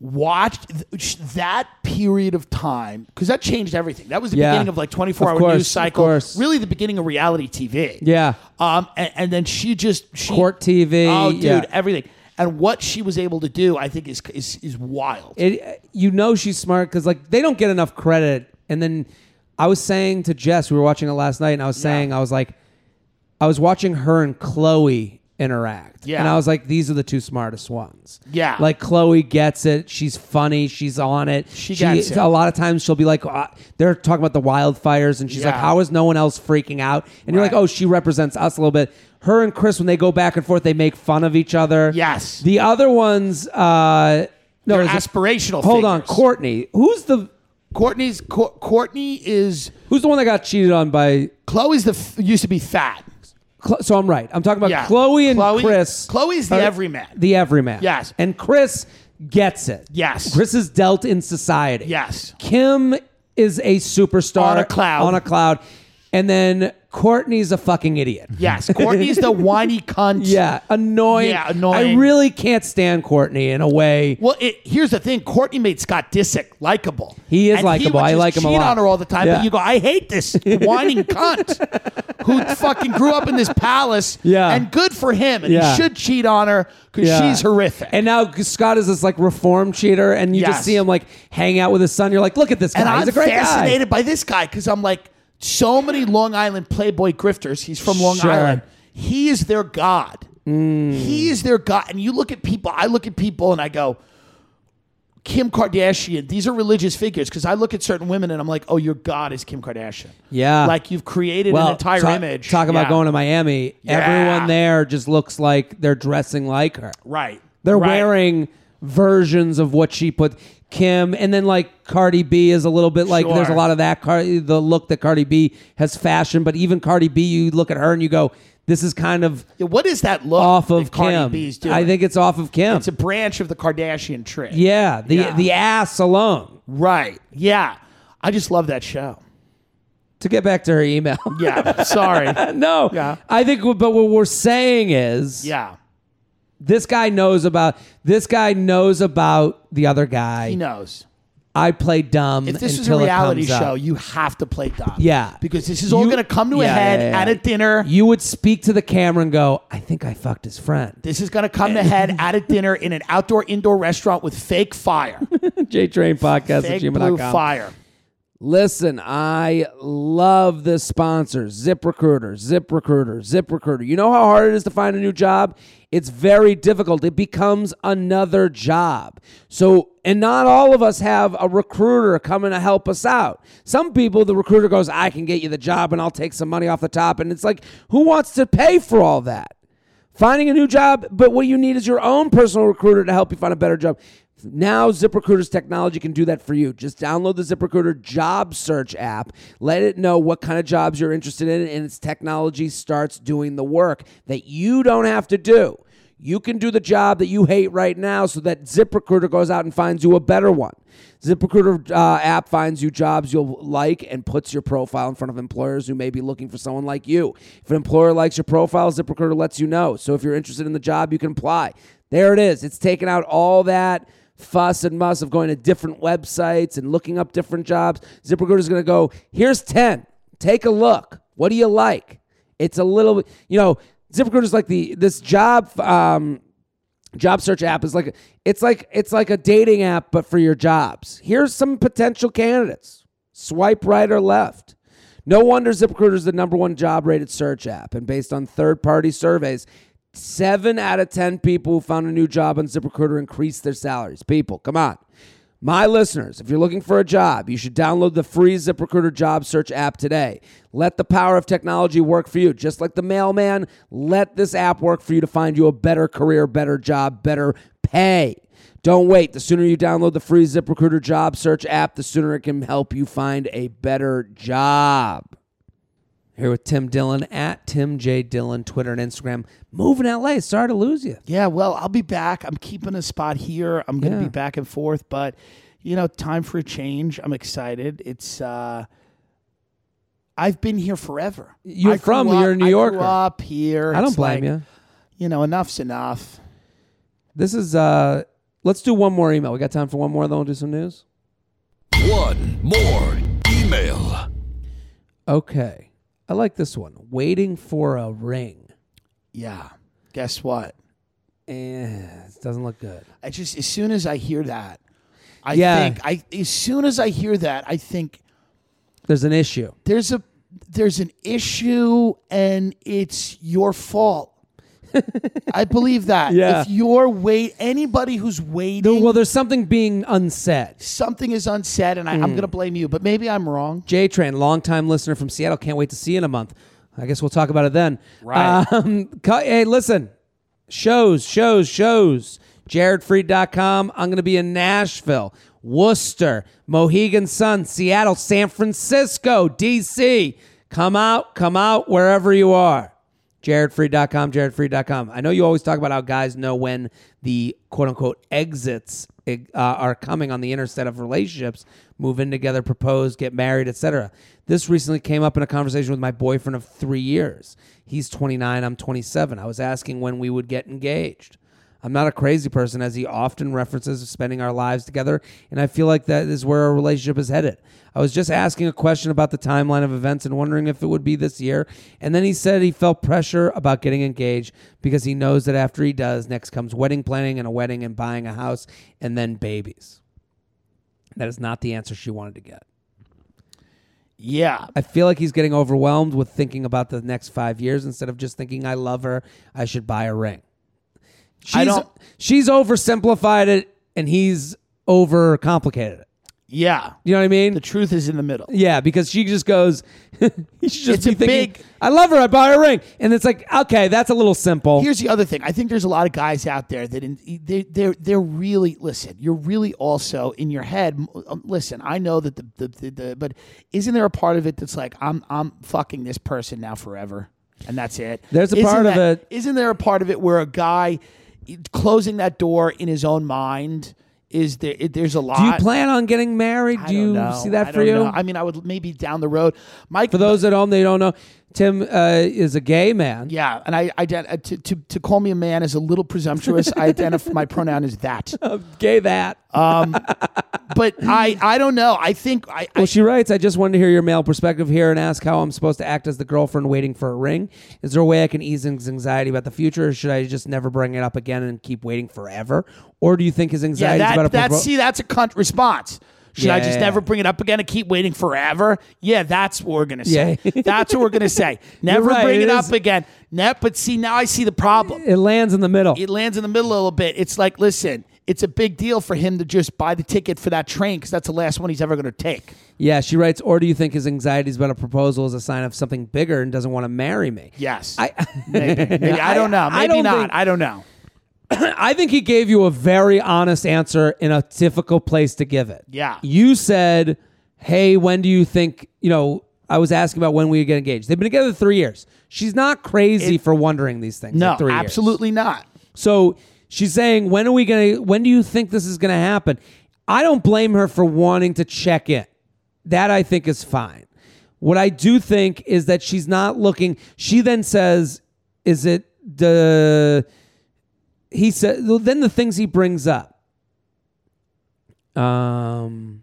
Speaker 3: watched th- that period of time because that changed everything. That was the
Speaker 1: Yeah.
Speaker 3: beginning of like 24
Speaker 1: Of
Speaker 3: hour
Speaker 1: course,
Speaker 3: news
Speaker 1: of
Speaker 3: cycle,
Speaker 1: course.
Speaker 3: really the beginning of reality TV.
Speaker 1: Yeah.
Speaker 3: Um, and, and then she just she,
Speaker 1: Court TV,
Speaker 3: Oh, dude,
Speaker 1: yeah.
Speaker 3: everything. And what she was able to do, I think, is is is wild.
Speaker 1: it you know she's smart because like they don't get enough credit and then i was saying to jess we were watching it last night and i was saying i was like i was watching her and chloe interact
Speaker 3: Yeah.
Speaker 1: and i was like these are the two smartest ones
Speaker 3: Yeah.
Speaker 1: like chloe gets it she's funny she's on it
Speaker 3: She gets it.
Speaker 1: a lot of times she'll be like uh, they're talking about the wildfires and she's like
Speaker 3: Yeah.
Speaker 1: how is no one else freaking out and you're like
Speaker 3: Right.
Speaker 1: oh she represents us a little bit her and chris when they go back and forth they make fun of each other
Speaker 3: Yes.
Speaker 1: the other ones uh no
Speaker 3: They're
Speaker 1: is it-
Speaker 3: aspirational.
Speaker 1: Hold on,
Speaker 3: figures.
Speaker 1: Courtney. Who's the
Speaker 3: Courtney's Cour- Courtney is
Speaker 1: who's the one that got cheated on by?
Speaker 3: Chloe's the f- used to be fat.
Speaker 1: Chlo- So I'm right. I'm talking about
Speaker 3: Yeah.
Speaker 1: Chloe and
Speaker 3: Chloe-
Speaker 1: Chris.
Speaker 3: Chloe's the
Speaker 1: are-
Speaker 3: everyman.
Speaker 1: The everyman.
Speaker 3: Yes.
Speaker 1: And Chris gets it.
Speaker 3: Yes.
Speaker 1: Chris is dealt in society.
Speaker 3: Yes.
Speaker 1: Kim is a superstar
Speaker 3: On a cloud.
Speaker 1: On a cloud. And then Courtney's a fucking idiot.
Speaker 3: Yes, Courtney's the whiny cunt.
Speaker 1: <laughs> Yeah. Annoying.
Speaker 3: Yeah, annoying.
Speaker 1: I really can't stand Courtney in a way.
Speaker 3: Well, it, here's the thing: Courtney made Scott Disick likable.
Speaker 1: He is
Speaker 3: And
Speaker 1: likable.
Speaker 3: would
Speaker 1: I
Speaker 3: just
Speaker 1: like him a
Speaker 3: cheat
Speaker 1: lot.
Speaker 3: on her all the time,
Speaker 1: Yeah.
Speaker 3: but you go, I hate this whining cunt
Speaker 1: <laughs>
Speaker 3: who fucking grew up in this palace.
Speaker 1: Yeah.
Speaker 3: and good for him. And
Speaker 1: Yeah.
Speaker 3: he should cheat on her because
Speaker 1: Yeah.
Speaker 3: she's horrific.
Speaker 1: And now Scott is this like reform cheater, and you just
Speaker 3: Yes.
Speaker 1: see him like hang out with his son. You're like, look at this guy.
Speaker 3: And
Speaker 1: He's
Speaker 3: I'm
Speaker 1: a great guy.
Speaker 3: fascinated by this guy because I'm like, so many Long Island Playboy grifters. He's from Long
Speaker 1: Sure. Mm.
Speaker 3: Island. He is their god. He is their god. And you look at people. I look at people and I go, Kim Kardashian. These are religious figures because I look at certain women and I'm like, oh, your god is Kim Kardashian.
Speaker 1: Yeah.
Speaker 3: like you've created an entire
Speaker 1: ta-
Speaker 3: image.
Speaker 1: Talk about
Speaker 3: Yeah.
Speaker 1: going to Miami. Everyone there just looks like they're dressing like her.
Speaker 3: right.
Speaker 1: They're
Speaker 3: Right.
Speaker 1: wearing versions of what she put. Kim and then like Cardi B is a little bit like
Speaker 3: Sure.
Speaker 1: there's a lot of that Car- the look that Cardi B has fashioned, but even Cardi B, you look at her and you go, this is kind of
Speaker 3: Yeah, What is that look
Speaker 1: off
Speaker 3: that
Speaker 1: of
Speaker 3: Cardi
Speaker 1: Kim.
Speaker 3: B's doing?
Speaker 1: I think it's off of Kim.
Speaker 3: it's a branch of the Kardashian tree.
Speaker 1: yeah, the
Speaker 3: Yeah.
Speaker 1: the ass alone.
Speaker 3: right. Yeah, I just love that show.
Speaker 1: To get back to her email, <laughs>
Speaker 3: Yeah, sorry.
Speaker 1: no,
Speaker 3: Yeah.
Speaker 1: I think. But what we're saying is,
Speaker 3: Yeah,
Speaker 1: this guy knows about this guy knows about the other guy.
Speaker 3: he knows.
Speaker 1: I play dumb.
Speaker 3: If this was a
Speaker 1: until
Speaker 3: reality
Speaker 1: it comes
Speaker 3: show,
Speaker 1: up.
Speaker 3: you have to play dumb.
Speaker 1: Yeah.
Speaker 3: because this is all
Speaker 1: You-
Speaker 3: going to come to a
Speaker 1: Yeah,
Speaker 3: head
Speaker 1: yeah, yeah.
Speaker 3: at a dinner.
Speaker 1: you would speak to the camera and go, "I think I fucked his friend." <laughs>
Speaker 3: This is going to come to head at a dinner in an outdoor indoor restaurant with
Speaker 1: <laughs>
Speaker 3: fake fire,
Speaker 1: J Train Podcast
Speaker 3: fake blue fire.
Speaker 1: Listen, I love this sponsor, ZipRecruiter, ZipRecruiter, ZipRecruiter. You know how hard it is to find a new job? It's very difficult. It becomes another job. So, and not all of us have a recruiter coming to help us out. Some people, the recruiter goes, I can get you the job and I'll take some money off the top. And it's like, who wants to pay for all that? Finding a new job, but what you need is your own personal recruiter to help you find a better job. Now, ZipRecruiter's technology can do that for you. Just download the ZipRecruiter job search app, let it know what kind of jobs you're interested in, and its technology starts doing the work that you don't have to do. You can do the job that you hate right now so that ZipRecruiter goes out and finds you a better one. ZipRecruiter uh, app finds you jobs you'll like and puts your profile in front of employers who may be looking for someone like you. If an employer likes your profile, ZipRecruiter lets you know. So if you're interested in the job, you can apply. There it is. It's taken out all that fuss and muss of going to different websites and looking up different jobs. ZipRecruiter is going to go, here's 10. Take a look. What do you like? It's a little, you know, ZipRecruiter is like the this job um, job search app is like it's like it's like a dating app but for your jobs. Here's some potential candidates. Swipe right or left. No wonder ZipRecruiter is the number one job rated search app. And based on third party surveys, seven out of 10 people who found a new job on ZipRecruiter increased their salaries. People, come on. My listeners, if you're looking for a job, you should download the free ZipRecruiter job search app today. Let the power of technology work for you. Just like the mailman, let this app work for you to find you a better career, better job, better pay. Don't wait. The sooner you download the free ZipRecruiter job search app, the sooner it can help you find a better job. Here with Tim Dillon at Tim J. Dillon, Twitter and Instagram. Moving LA. Sorry to lose you.
Speaker 3: Yeah, well, I'll be back. I'm keeping a spot here. I'm going to
Speaker 1: Yeah.
Speaker 3: be back and forth, but you know, time for a change. I'm excited. It's uh I've been here forever.
Speaker 1: You're
Speaker 3: I grew
Speaker 1: from
Speaker 3: up-
Speaker 1: here, a New
Speaker 3: I grew
Speaker 1: Yorker.
Speaker 3: up here.
Speaker 1: I don't
Speaker 3: It's
Speaker 1: blame
Speaker 3: like,
Speaker 1: you.
Speaker 3: You know, enough's enough.
Speaker 1: This is uh let's do one more email. We got time for one more, then we'll do some news.
Speaker 2: One more email.
Speaker 1: Okay. I like this one. Waiting for a ring.
Speaker 3: Yeah. Guess what?
Speaker 1: Eh, it doesn't look good.
Speaker 3: I just as soon as I hear that, I
Speaker 1: Yeah.
Speaker 3: think I as soon as I hear that, I think
Speaker 1: There's an issue.
Speaker 3: there's a there's an issue and it's your fault. I believe
Speaker 1: <laughs>
Speaker 3: that.
Speaker 1: Yeah.
Speaker 3: If you're wait anybody who's waiting
Speaker 1: Well, there's something being unsaid.
Speaker 3: something is unsaid and I,
Speaker 1: Hmm.
Speaker 3: I'm gonna blame you, but maybe I'm wrong.
Speaker 1: J Train, longtime listener from Seattle. Can't wait to see you in a month. I guess we'll talk about it then. Right. Um, <laughs> cu- hey, listen. Shows, shows, shows. JaredFreed.com. I'm going to be in Nashville, Worcester, Mohegan Sun, Seattle, San Francisco, D.C. Come out, come out wherever you are. JaredFree.com, JaredFree.com. I know you always talk about how guys know when the quote unquote exits uh, are coming on the inner set of relationships move in together, propose, get married, etc. This recently came up in a conversation with my boyfriend of three years. He's 29, I'm 27. I was asking when we would get engaged. I'm not a crazy person, as he often references spending our lives together, and I feel like that is where our relationship is headed. I was just asking a question about the timeline of events and wondering if it would be this year, and then he said he felt pressure about getting engaged because he knows that after he does, next comes wedding planning and a wedding and buying a house and then babies. That is not the answer she wanted to get.
Speaker 3: Yeah.
Speaker 1: I feel like he's getting overwhelmed with thinking about the next five years instead of just thinking, I love her, I should buy a ring. She's,
Speaker 3: don't-
Speaker 1: she's oversimplified it and he's overcomplicated it.
Speaker 3: Yeah.
Speaker 1: You know what I mean?
Speaker 3: The truth is in the middle.
Speaker 1: yeah, because she just goes, <laughs> you should just
Speaker 3: It's
Speaker 1: be
Speaker 3: a
Speaker 1: thinking,
Speaker 3: big-
Speaker 1: I love her, I buy her a ring. And it's like, okay, that's a little simple.
Speaker 3: Here's the other thing. I think there's a lot of guys out there that in, they they're they're really listen. You're really also in your head. um, Listen, I know that the, the the the but isn't there a part of it that's like I'm I'm fucking this person now forever, and that's it.
Speaker 1: There's a
Speaker 3: Isn't
Speaker 1: part of
Speaker 3: that-
Speaker 1: it-
Speaker 3: Isn't there a part of it where a guy closing that door in his own mind is there? It, there's a lot.
Speaker 1: Do you plan on getting married?
Speaker 3: I
Speaker 1: Do
Speaker 3: don't
Speaker 1: you
Speaker 3: know.
Speaker 1: see that
Speaker 3: I
Speaker 1: for
Speaker 3: don't
Speaker 1: you?
Speaker 3: know. I mean, I would maybe down the road, Mike.
Speaker 1: for those at home, they don't know, Tim uh, is a gay man.
Speaker 3: Yeah, and I, ident- uh, to, to to call me a man is a little presumptuous. I identify my pronoun as that,
Speaker 1: <laughs> Gay that. <laughs>
Speaker 3: but I I don't know. I think I, I
Speaker 1: Well, she writes, I just wanted to hear your male perspective here and ask how I'm supposed to act as the girlfriend waiting for a ring. Is there a way I can ease his anxiety about the future, or should I just never bring it up again and keep waiting forever? Or do you think his
Speaker 3: yeah
Speaker 1: anxiety is about
Speaker 3: that
Speaker 1: a
Speaker 3: that
Speaker 1: propo-
Speaker 3: see that's a cunt response. Should I just
Speaker 1: Yeah.
Speaker 3: never bring it up again and keep waiting forever? Yeah, that's what we're gonna say.
Speaker 1: Yeah. <laughs>
Speaker 3: that's what we're gonna say. Never
Speaker 1: right,
Speaker 3: bring
Speaker 1: it
Speaker 3: it,
Speaker 1: is-
Speaker 3: up again. Net, but see now I see the problem.
Speaker 1: It lands in the middle.
Speaker 3: It lands in the middle a little bit. It's like listen, it's a big deal for him to just buy the ticket for that train because that's the last one he's ever gonna take.
Speaker 1: yeah, she writes, or do you think his anxiety is about a proposal is a sign of something bigger and doesn't want to marry me?
Speaker 3: Yes,
Speaker 1: I,
Speaker 3: <laughs> maybe, maybe. I,
Speaker 1: I-
Speaker 3: don't know.
Speaker 1: I
Speaker 3: Maybe
Speaker 1: don't
Speaker 3: not.
Speaker 1: think-
Speaker 3: I don't know.
Speaker 1: I think he gave you a very honest answer in a difficult place to give it.
Speaker 3: Yeah.
Speaker 1: You said, Hey, when do you think, you know, I was asking about when we would get engaged. They've been together three years. She's not crazy for wondering these things.
Speaker 3: No,
Speaker 1: at three years.
Speaker 3: absolutely not.
Speaker 1: So she's saying, when are we going to, when do you think this is going to happen? I don't blame her for wanting to check in. That I think is fine. What I do think is that she's not looking. She then says, is it the, he said, then the things he brings up. Um,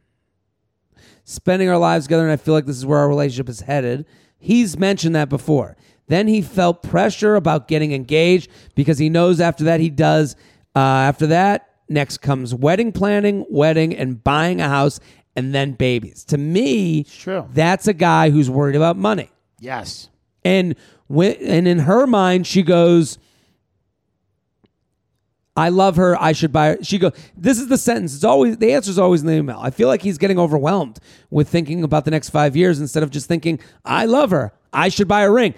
Speaker 1: spending our lives together, and I feel like this is where our relationship is headed. He's mentioned that before. Then he felt pressure about getting engaged because he knows after that he does. Uh, after that, next comes wedding planning, wedding, and buying a house, and then babies. To me,
Speaker 3: true.
Speaker 1: that's a guy who's worried about money.
Speaker 3: Yes.
Speaker 1: And when, and in her mind, she goes, "I love her. I should buy." Her. She goes, "This is the sentence. It's always the answer is always in the email." I feel like he's getting overwhelmed with thinking about the next five years instead of just thinking, "I love her. I should buy a ring."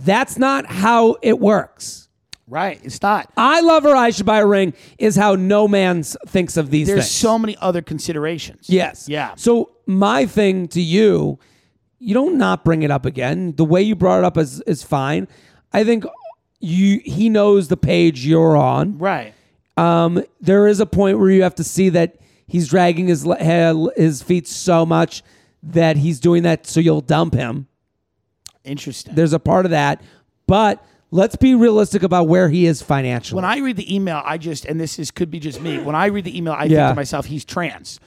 Speaker 1: That's not how it works.
Speaker 3: Right. It's not.
Speaker 1: I love her. I should buy a ring is how no man s- thinks of these
Speaker 3: There's
Speaker 1: things.
Speaker 3: so many other considerations.
Speaker 1: Yes.
Speaker 3: Yeah.
Speaker 1: So my thing to you, you don't not bring it up again. The way you brought it up is is fine. I think you he knows the page you're on.
Speaker 3: Right.
Speaker 1: Um, there is a point where you have to see that he's dragging his le- he- his feet so much that he's doing that so you'll dump him.
Speaker 3: Interesting.
Speaker 1: There's a part of that, but let's be realistic about where he is financially.
Speaker 3: when I read the email, I just and this is could be just me. When I read the email, I
Speaker 1: Yeah.
Speaker 3: think to myself, he's trans.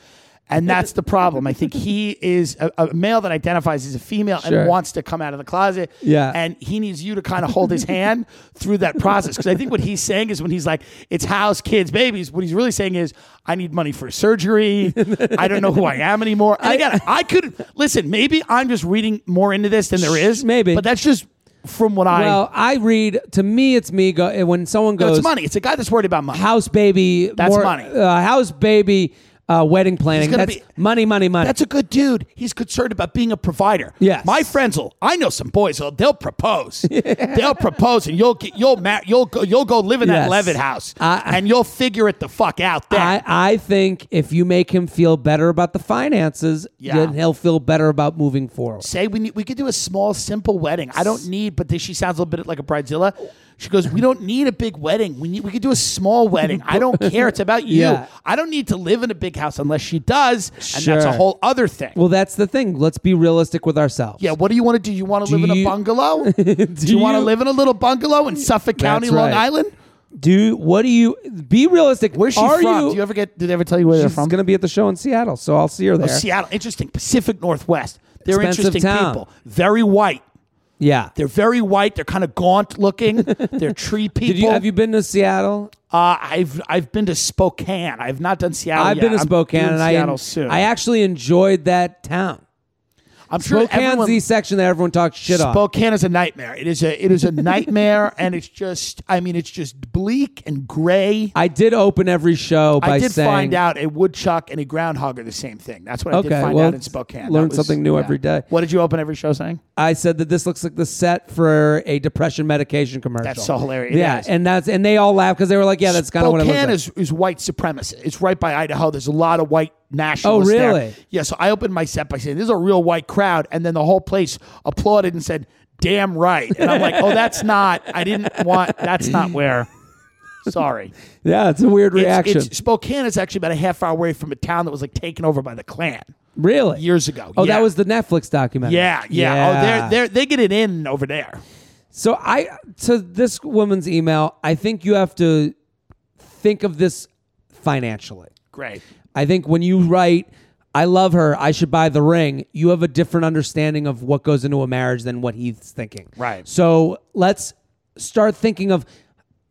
Speaker 3: And that's the problem. I think he is a, a male that identifies as a female
Speaker 1: Sure.
Speaker 3: and wants to come out of the closet.
Speaker 1: Yeah.
Speaker 3: And he needs you to kind of hold
Speaker 1: <laughs>
Speaker 3: his hand through that process. Because I think what he's saying is when he's like, it's house, kids, babies, what he's really saying is, I need money
Speaker 1: <laughs>
Speaker 3: for surgery. I don't know who I am anymore. And again, I could listen, maybe I'm just reading more into this than there is.
Speaker 1: Maybe.
Speaker 3: But that's just from what I.
Speaker 1: well, I read to me it's me go, when someone
Speaker 3: No,
Speaker 1: goes
Speaker 3: it's money. It's a guy that's worried about money.
Speaker 1: house baby.
Speaker 3: That's money.
Speaker 1: Uh, house baby uh, wedding planning.
Speaker 3: gonna
Speaker 1: That's
Speaker 3: be-
Speaker 1: money, money, money.
Speaker 3: That's a good dude. He's concerned about being a provider.
Speaker 1: Yes.
Speaker 3: my friends will. I know some boys. Will,
Speaker 1: <laughs>
Speaker 3: they'll propose. they'll propose, and you'll get you'll ma- you'll go you'll go live in
Speaker 1: Yes.
Speaker 3: that Levitt house,
Speaker 1: I-
Speaker 3: and you'll figure it the fuck out. Then
Speaker 1: I, I think if you make him feel better about the finances,
Speaker 3: Yeah.
Speaker 1: then he'll feel better about moving forward.
Speaker 3: say we need we could do a small simple wedding. I don't need, but then she sounds a little bit like a bridezilla. She goes, we don't need a big wedding. We need, we could do a small wedding. I don't care.
Speaker 1: <laughs>
Speaker 3: It's about you.
Speaker 1: Yeah.
Speaker 3: I don't need to live in a big house unless she does, and that's
Speaker 1: Sure.
Speaker 3: a whole other thing.
Speaker 1: Well, that's the thing. Let's be realistic with ourselves.
Speaker 3: Yeah, what do you want to do? You want to
Speaker 1: Do
Speaker 3: live in
Speaker 1: you-
Speaker 3: a
Speaker 1: <laughs>
Speaker 3: bungalow? do, you, want to
Speaker 1: you-
Speaker 3: live in a little bungalow in Suffolk County,
Speaker 1: That's
Speaker 3: Long
Speaker 1: right.
Speaker 3: Island?
Speaker 1: Do what do you be realistic?
Speaker 3: Where's she
Speaker 1: Are
Speaker 3: from?
Speaker 1: You,
Speaker 3: do you ever get? Did they ever tell you where they're
Speaker 1: she's
Speaker 3: from? Oh,
Speaker 1: gonna be at the show in Seattle, so I'll see her there.
Speaker 3: Seattle, interesting. Pacific Northwest. They're
Speaker 1: Expensive
Speaker 3: interesting
Speaker 1: town.
Speaker 3: people. Very white.
Speaker 1: yeah.
Speaker 3: They're very white. They're kind of gaunt looking. they're tree
Speaker 1: <laughs>
Speaker 3: people.
Speaker 1: Did you have you been to Seattle?
Speaker 3: Uh, I've I've been to Spokane. I've not done Seattle.
Speaker 1: I've
Speaker 3: yet.
Speaker 1: been to
Speaker 3: Oh, I'm
Speaker 1: Spokane,
Speaker 3: doing
Speaker 1: and
Speaker 3: Seattle
Speaker 1: I
Speaker 3: soon.
Speaker 1: I actually enjoyed that town.
Speaker 3: I'm sure
Speaker 1: Spokane's
Speaker 3: everyone-
Speaker 1: the section that everyone talks shit on.
Speaker 3: Spokane is a nightmare. It is a it is a nightmare, and it's just I mean it's just bleak and gray.
Speaker 1: I did open every show by
Speaker 3: I did
Speaker 1: saying,
Speaker 3: find out a woodchuck and a groundhog are the same thing. That's what I
Speaker 1: Okay,
Speaker 3: did find
Speaker 1: well,
Speaker 3: out in Spokane.
Speaker 1: learn
Speaker 3: That
Speaker 1: something new every day.
Speaker 3: What did you open every show saying?
Speaker 1: I said that this looks like the set for a depression medication commercial.
Speaker 3: That's so hilarious. It
Speaker 1: Yeah,
Speaker 3: is.
Speaker 1: and that's and they all laugh because they were like, "Yeah, that's kind of what it looks
Speaker 3: Spokane
Speaker 1: like."
Speaker 3: is, is white supremacist. It's right by Idaho. There's a lot of white nationalists.
Speaker 1: Oh,
Speaker 3: there.
Speaker 1: really?
Speaker 3: Yeah. So I opened my set by saying, "This is a real white crowd," and then the whole place applauded and said, "Damn right." And I'm like, "Oh, that's not. I didn't want. That's not where." Sorry.
Speaker 1: yeah, it's a weird
Speaker 3: It's-
Speaker 1: reaction.
Speaker 3: It's, Spokane is actually about a half hour away from a town that was like taken over by the Klan.
Speaker 1: really,
Speaker 3: years ago.
Speaker 1: Oh,
Speaker 3: Yeah.
Speaker 1: that was the Netflix documentary.
Speaker 3: Yeah, yeah. Oh, they're, they're, they get it in over there.
Speaker 1: So I to this woman's email, I think you have to think of this financially.
Speaker 3: Great.
Speaker 1: I think when you write, I love her, I should buy the ring, you have a different understanding of what goes into a marriage than what he's thinking.
Speaker 3: Right.
Speaker 1: So let's start thinking of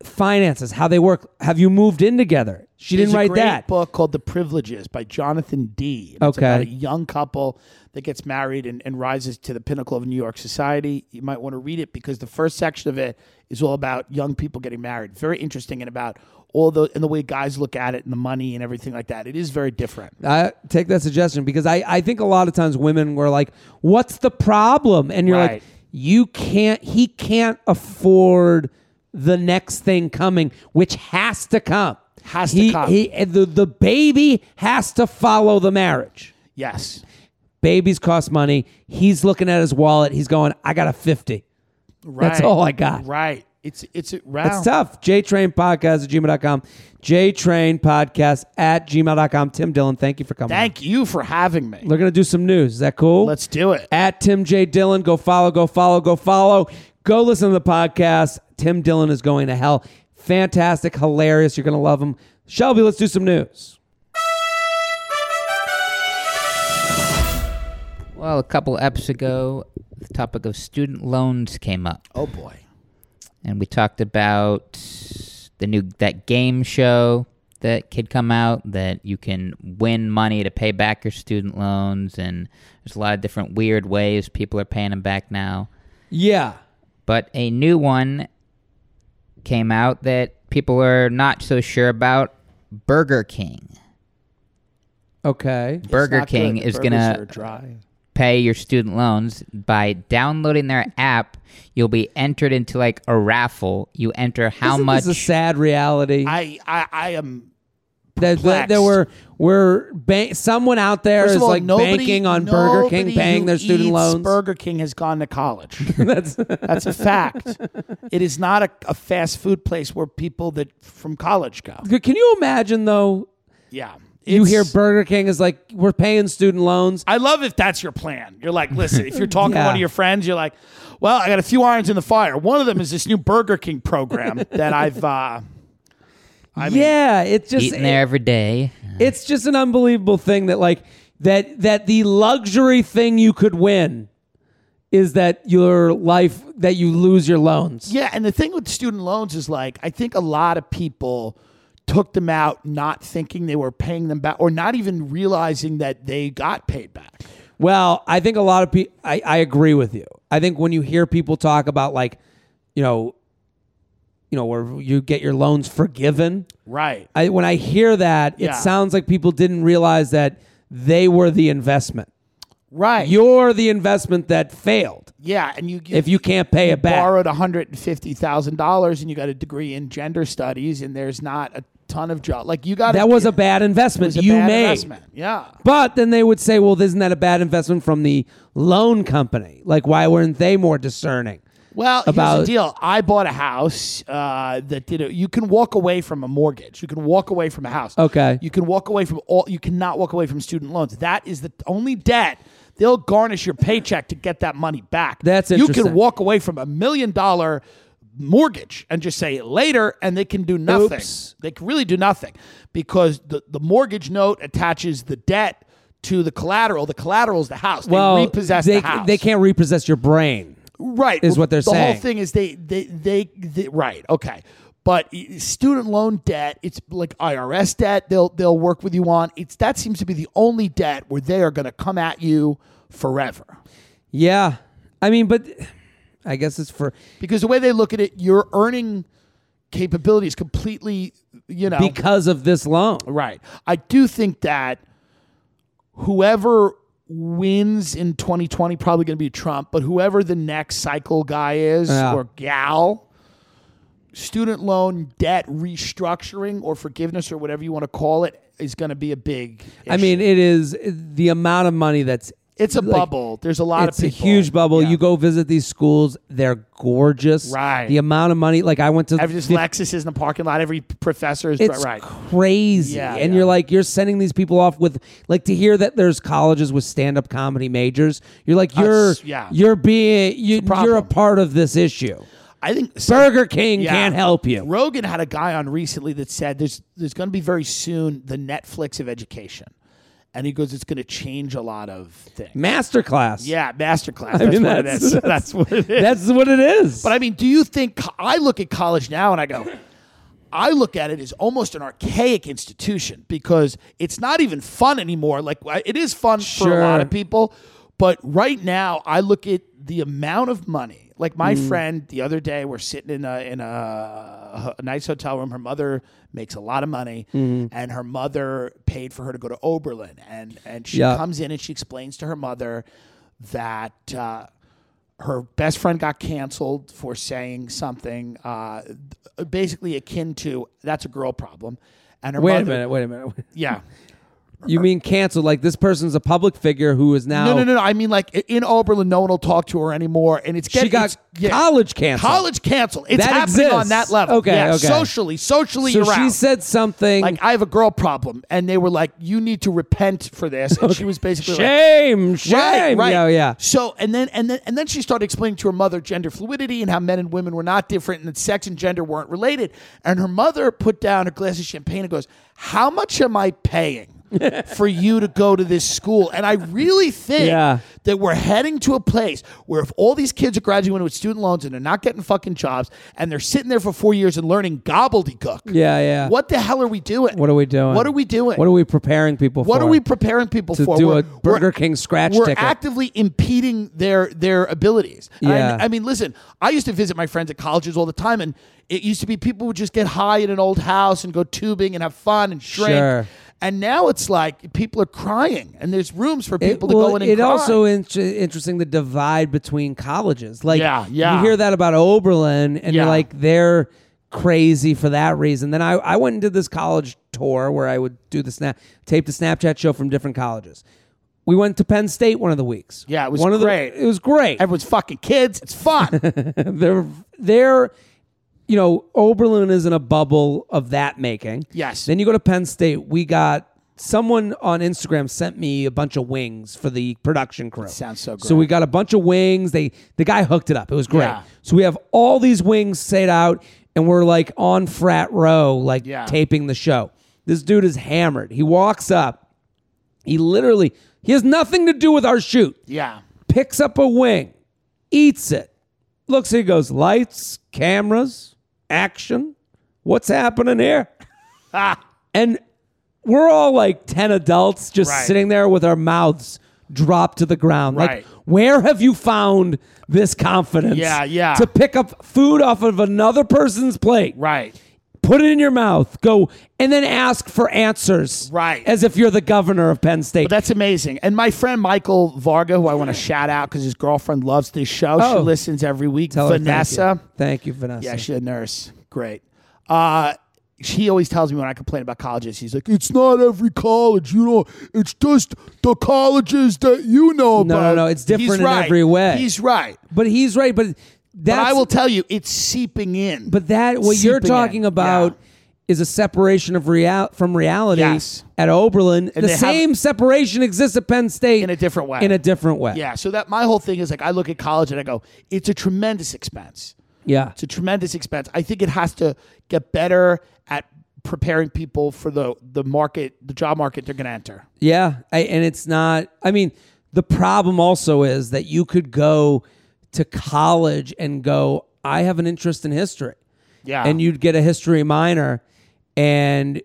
Speaker 1: finances, how they work. Have you moved in together? She didn't
Speaker 3: There's
Speaker 1: write
Speaker 3: a great
Speaker 1: that.
Speaker 3: book called The Privileges by Jonathan D. And It's
Speaker 1: Okay.
Speaker 3: about a young couple that gets married and, and rises to the pinnacle of New York society. You might want to read it because the first section of it is all about young people getting married. Very interesting and about all the and the way guys look at it and the money and everything like that. It is very different.
Speaker 1: I take that suggestion because I, I think a lot of times women were like, What's the problem? And you're like,
Speaker 3: Right.
Speaker 1: You can't, he can't afford the next thing coming, which has to come.
Speaker 3: Has to
Speaker 1: He-
Speaker 3: come.
Speaker 1: He, eh, the, the baby has to follow the marriage.
Speaker 3: Yes.
Speaker 1: Babies cost money. He's looking at his wallet. He's going, I got a 50.
Speaker 3: Right.
Speaker 1: all I got.
Speaker 3: Right. It's it's a
Speaker 1: That's
Speaker 3: wow.
Speaker 1: tough. JTrain Podcast at gmail.com. JTrain Podcast at gmail.com. Tim Dillon, thank you for coming.
Speaker 3: Thank you for having me.
Speaker 1: They're going to do some news. Is that cool?
Speaker 3: Let's do it.
Speaker 1: At Tim J. Dillon. Go follow, go follow, go follow. Go listen to the podcast. Tim Dillon is going to hell. Fantastic, hilarious. You're going to love him. Shelby, let's do some news.
Speaker 4: Well, a couple eps ago, the topic of student loans came up,
Speaker 3: Oh boy.
Speaker 4: and we talked about the new that game show that could come out that you can win money to pay back your student loans and there's a lot of different weird ways people are paying them back now
Speaker 1: Yeah.
Speaker 4: but a new one came out that people are not so sure about burger king
Speaker 1: Okay.
Speaker 4: burger king is going to
Speaker 3: dry.
Speaker 4: pay your student loans by downloading their app you'll be entered into like a raffle you enter how
Speaker 1: Isn't
Speaker 4: much
Speaker 1: This a sad reality.
Speaker 3: I, I I am
Speaker 1: that, that there
Speaker 3: perplexed.
Speaker 1: were were ban- someone out there
Speaker 3: first
Speaker 1: is
Speaker 3: of all,
Speaker 1: like
Speaker 3: nobody,
Speaker 1: banking on Burger King
Speaker 3: nobody
Speaker 1: paying
Speaker 3: who
Speaker 1: their student
Speaker 3: eats
Speaker 1: loans.
Speaker 3: Burger King has gone to college.
Speaker 1: <laughs> That's
Speaker 3: That's a fact. it is not a, a fast food place where people that from college go.
Speaker 1: Can you imagine though?
Speaker 3: Yeah.
Speaker 1: You hear
Speaker 3: It's-
Speaker 1: Burger King is like we're paying student loans.
Speaker 3: I love if that's your plan. You're like, listen, if you're
Speaker 1: <laughs>
Speaker 3: talking
Speaker 1: Yeah.
Speaker 3: to one of your friends, you're like, well, I got a few irons in the fire. One of them is this new Burger King program that I've. Uh, I mean,
Speaker 1: yeah, it's just
Speaker 4: eating there every day
Speaker 1: it's just an unbelievable thing that like that that the luxury thing you could win is that your life that you lose your loans.
Speaker 3: Yeah, and the thing with student loans is like I think a lot of people took them out not thinking they were paying them back or not even realizing that they got paid back.
Speaker 1: Well, I think a lot of people. I, I agree with you. I think when you hear people talk about like, you know, you know, where you get your loans forgiven.
Speaker 3: Right.
Speaker 1: I, when I hear that,
Speaker 3: Yeah.
Speaker 1: it sounds like people didn't realize that they were the investment.
Speaker 3: Right.
Speaker 1: You're the investment that failed.
Speaker 3: yeah, and you, you
Speaker 1: If you can't pay it back,
Speaker 3: borrowed $150,000 and you got a degree in gender studies and there's not a ton of job. Like you got
Speaker 1: that was a bad investment you made.
Speaker 3: Yeah.
Speaker 1: But then they would say, well, isn't that a bad investment from the loan company? Like, why weren't they more discerning?
Speaker 3: Well,
Speaker 1: About-
Speaker 3: here's the deal. I bought a house uh, that did a, you can walk away from a mortgage. You can walk away from a house.
Speaker 1: Okay.
Speaker 3: You can walk away from all you cannot walk away from student loans. That is the only debt. They'll garnish your paycheck to get that money back.
Speaker 1: That's
Speaker 3: You
Speaker 1: interesting.
Speaker 3: can walk away from a million dollar mortgage and just say later and they can do nothing.
Speaker 1: Oops.
Speaker 3: They can really do nothing because the, the mortgage note attaches the debt to the collateral. The collateral is the house. They
Speaker 1: well,
Speaker 3: repossess
Speaker 1: they,
Speaker 3: the house.
Speaker 1: they can't repossess your brain.
Speaker 3: Right
Speaker 1: is what they're
Speaker 3: the
Speaker 1: saying.
Speaker 3: whole thing is they they they, they right okay. But i- student loan debt, it's like IRS debt. They'll they'll work with you on. It's that seems to be the only debt where they are going to come at you forever.
Speaker 1: Yeah. I mean, but I guess it's for
Speaker 3: Because the way they look at it, your earning capability is completely, you know,
Speaker 1: because of this loan.
Speaker 3: Right. I do think that whoever wins in 2020 probably going to be Trump, but whoever the next cycle guy is
Speaker 1: Yeah.
Speaker 3: or gal, student loan debt restructuring or forgiveness or whatever you want to call it is going to be a big.
Speaker 1: I
Speaker 3: issue.
Speaker 1: mean, it is the amount of money that's
Speaker 3: it's a
Speaker 1: like,
Speaker 3: bubble. There's a lot
Speaker 1: it's
Speaker 3: of
Speaker 1: a
Speaker 3: people.
Speaker 1: huge bubble.
Speaker 3: Yeah.
Speaker 1: You go visit these schools; they're gorgeous.
Speaker 3: Right.
Speaker 1: The amount of money, like I went to
Speaker 3: Every, just
Speaker 1: fif-
Speaker 3: Lexus is in the parking lot. Every professor is
Speaker 1: it's
Speaker 3: right.
Speaker 1: crazy.
Speaker 3: Yeah,
Speaker 1: and
Speaker 3: yeah.
Speaker 1: you're like, you're sending these people off with like to hear that there's colleges with stand up comedy majors. You're like, you're
Speaker 3: Us, yeah.
Speaker 1: you're being you,
Speaker 3: problem.
Speaker 1: you're a part of this issue.
Speaker 3: I think
Speaker 1: Burger King
Speaker 3: Yeah.
Speaker 1: can't help you.
Speaker 3: Rogan had a guy on recently that said there's there's going to be very soon the Netflix of education, and he goes it's going to change a lot of things.
Speaker 1: Masterclass.
Speaker 3: yeah, masterclass. That's,
Speaker 1: mean,
Speaker 3: what
Speaker 1: that's-
Speaker 3: it is. <laughs> That's, what it is.
Speaker 1: That's what it is.
Speaker 3: but I mean, do you think co- I look at college now and I go? <clears throat> I look at it as almost an archaic institution because it's not even fun anymore. Like I- it is fun for
Speaker 1: Sure.
Speaker 3: a lot of people, but right now I look at the amount of money. Like my
Speaker 1: Mm.
Speaker 3: friend the other day, we're sitting in a in a, a nice hotel room. Her mother makes a lot of money,
Speaker 1: Mm-hmm.
Speaker 3: and her mother paid for her to go to Oberlin, and and she
Speaker 1: Yeah.
Speaker 3: comes in and she explains to her mother that. Uh, her best friend got canceled for saying something uh, th- basically akin to that's a girl problem. And her
Speaker 1: wait a
Speaker 3: mother-
Speaker 1: minute. Wait a minute.
Speaker 3: Yeah.
Speaker 1: You mean canceled? Like this person's a public figure who is now
Speaker 3: No, no, no, no. I mean, like i- in Oberlin, no one will talk to her anymore, and it's
Speaker 1: She
Speaker 3: getting
Speaker 1: got
Speaker 3: it's- yeah.
Speaker 1: college canceled.
Speaker 3: College canceled. It's
Speaker 1: That
Speaker 3: happening on
Speaker 1: exists.
Speaker 3: that level.
Speaker 1: Okay,
Speaker 3: Yeah,
Speaker 1: okay.
Speaker 3: Socially, socially,
Speaker 1: So
Speaker 3: you're
Speaker 1: she
Speaker 3: out.
Speaker 1: said something
Speaker 3: like I have a girl problem, and they were like, "You need to repent for this." And she was basically like,
Speaker 1: shame, shame.
Speaker 3: Right, right.
Speaker 1: Yeah, yeah.
Speaker 3: So and then and then and then she started explaining to her mother gender fluidity and how men and women were not different and that sex and
Speaker 1: <laughs>
Speaker 3: gender weren't related. And her mother put down her glass of champagne and goes, "How much am I paying for you to go to this school. And I really think
Speaker 1: Yeah.
Speaker 3: that we're heading to a place where if all these kids are graduating with student loans and they're not getting fucking jobs and they're sitting there for four years and learning gobbledygook,
Speaker 1: Yeah, yeah.
Speaker 3: what the hell are we doing?
Speaker 1: What are we doing?
Speaker 3: What are we doing?
Speaker 1: What are we preparing people for?
Speaker 3: What are we preparing people
Speaker 1: To
Speaker 3: for?
Speaker 1: do a Burger King scratch
Speaker 3: We're
Speaker 1: ticket.
Speaker 3: actively impeding their their abilities. And I-
Speaker 1: Yeah.
Speaker 3: I, mean, listen, I used to visit my friends at colleges all the time, and it used to be people would just get high in an old house and go tubing and have fun and drink.
Speaker 1: Sure.
Speaker 3: And now it's like people are crying, and there's rooms for
Speaker 1: It-
Speaker 3: people to
Speaker 1: well,
Speaker 3: go in and
Speaker 1: it
Speaker 3: cry.
Speaker 1: also in- interesting the divide between colleges. Like,
Speaker 3: Yeah, yeah.
Speaker 1: you hear that about Oberlin, and you're
Speaker 3: Yeah.
Speaker 1: like, they're crazy for that reason. Then I, I went and did this college tour where I would do the snap, tape the Snapchat show from different colleges. We went to Penn State one of the weeks.
Speaker 3: Yeah, it was
Speaker 1: one
Speaker 3: great.
Speaker 1: Of the, it was great.
Speaker 3: Everyone's fucking kids.
Speaker 1: <laughs>
Speaker 3: It's fun.
Speaker 1: they're they're you know Oberlin is in a bubble of that making.
Speaker 3: Yes.
Speaker 1: Then you go to Penn State. We got someone on Instagram sent me a bunch of wings for the production crew.
Speaker 3: sounds so
Speaker 1: So we got a bunch of wings. They the guy hooked it up. It was great.
Speaker 3: Yeah.
Speaker 1: So we have all these wings set out, and we're like on frat row, like
Speaker 3: Yeah.
Speaker 1: taping the show. This dude is hammered. He walks up. He literally he has nothing to do with our shoot
Speaker 3: yeah.
Speaker 1: picks up a wing, eats it, looks, he goes, lights, cameras, action. What's happening here?
Speaker 3: Ah,
Speaker 1: And we're all like 10 adults just
Speaker 3: Right.
Speaker 1: sitting there with our mouths dropped to the ground. Like,
Speaker 3: Right.
Speaker 1: where have you found this confidence?
Speaker 3: Yeah, yeah.
Speaker 1: To pick up food off of another person's plate,
Speaker 3: Right.
Speaker 1: put it in your mouth, go, and then ask for answers.
Speaker 3: Right.
Speaker 1: As if you're the governor of Penn State.
Speaker 3: But that's amazing. And my friend Michael Varga, who I want to shout out because his girlfriend loves this show.
Speaker 1: Oh.
Speaker 3: She listens every week.
Speaker 1: Tell her thank you.
Speaker 3: Vanessa.
Speaker 1: Thank you, Vanessa.
Speaker 3: Yeah, she's a nurse. Great. Uh, she always tells me when I complain about colleges, she's like, "It's not every college, you know. It's just the colleges that you know
Speaker 1: No, no,
Speaker 3: about."
Speaker 1: no, it's different
Speaker 3: He's
Speaker 1: in
Speaker 3: right.
Speaker 1: every way.
Speaker 3: He's right.
Speaker 1: But he's right. But
Speaker 3: But
Speaker 1: that's
Speaker 3: I will tell you, it's seeping in.
Speaker 1: But that what you're
Speaker 3: Seeping in.
Speaker 1: talking about is a separation of real from reality
Speaker 3: Yes.
Speaker 1: at Oberlin. the
Speaker 3: they have-
Speaker 1: same separation exists at Penn State
Speaker 3: In a different way.
Speaker 1: In a different way.
Speaker 3: yeah, so that my whole thing is like, I look at college and I go, "It's a tremendous expense."
Speaker 1: Yeah.
Speaker 3: It's a tremendous expense. I think it has to get better at preparing people for the the market, the job market they're going to enter.
Speaker 1: Yeah. I, and it's not. I mean, the problem also is that you could go to college and go. I have an interest in history.
Speaker 3: Yeah.
Speaker 1: and you'd get a history minor and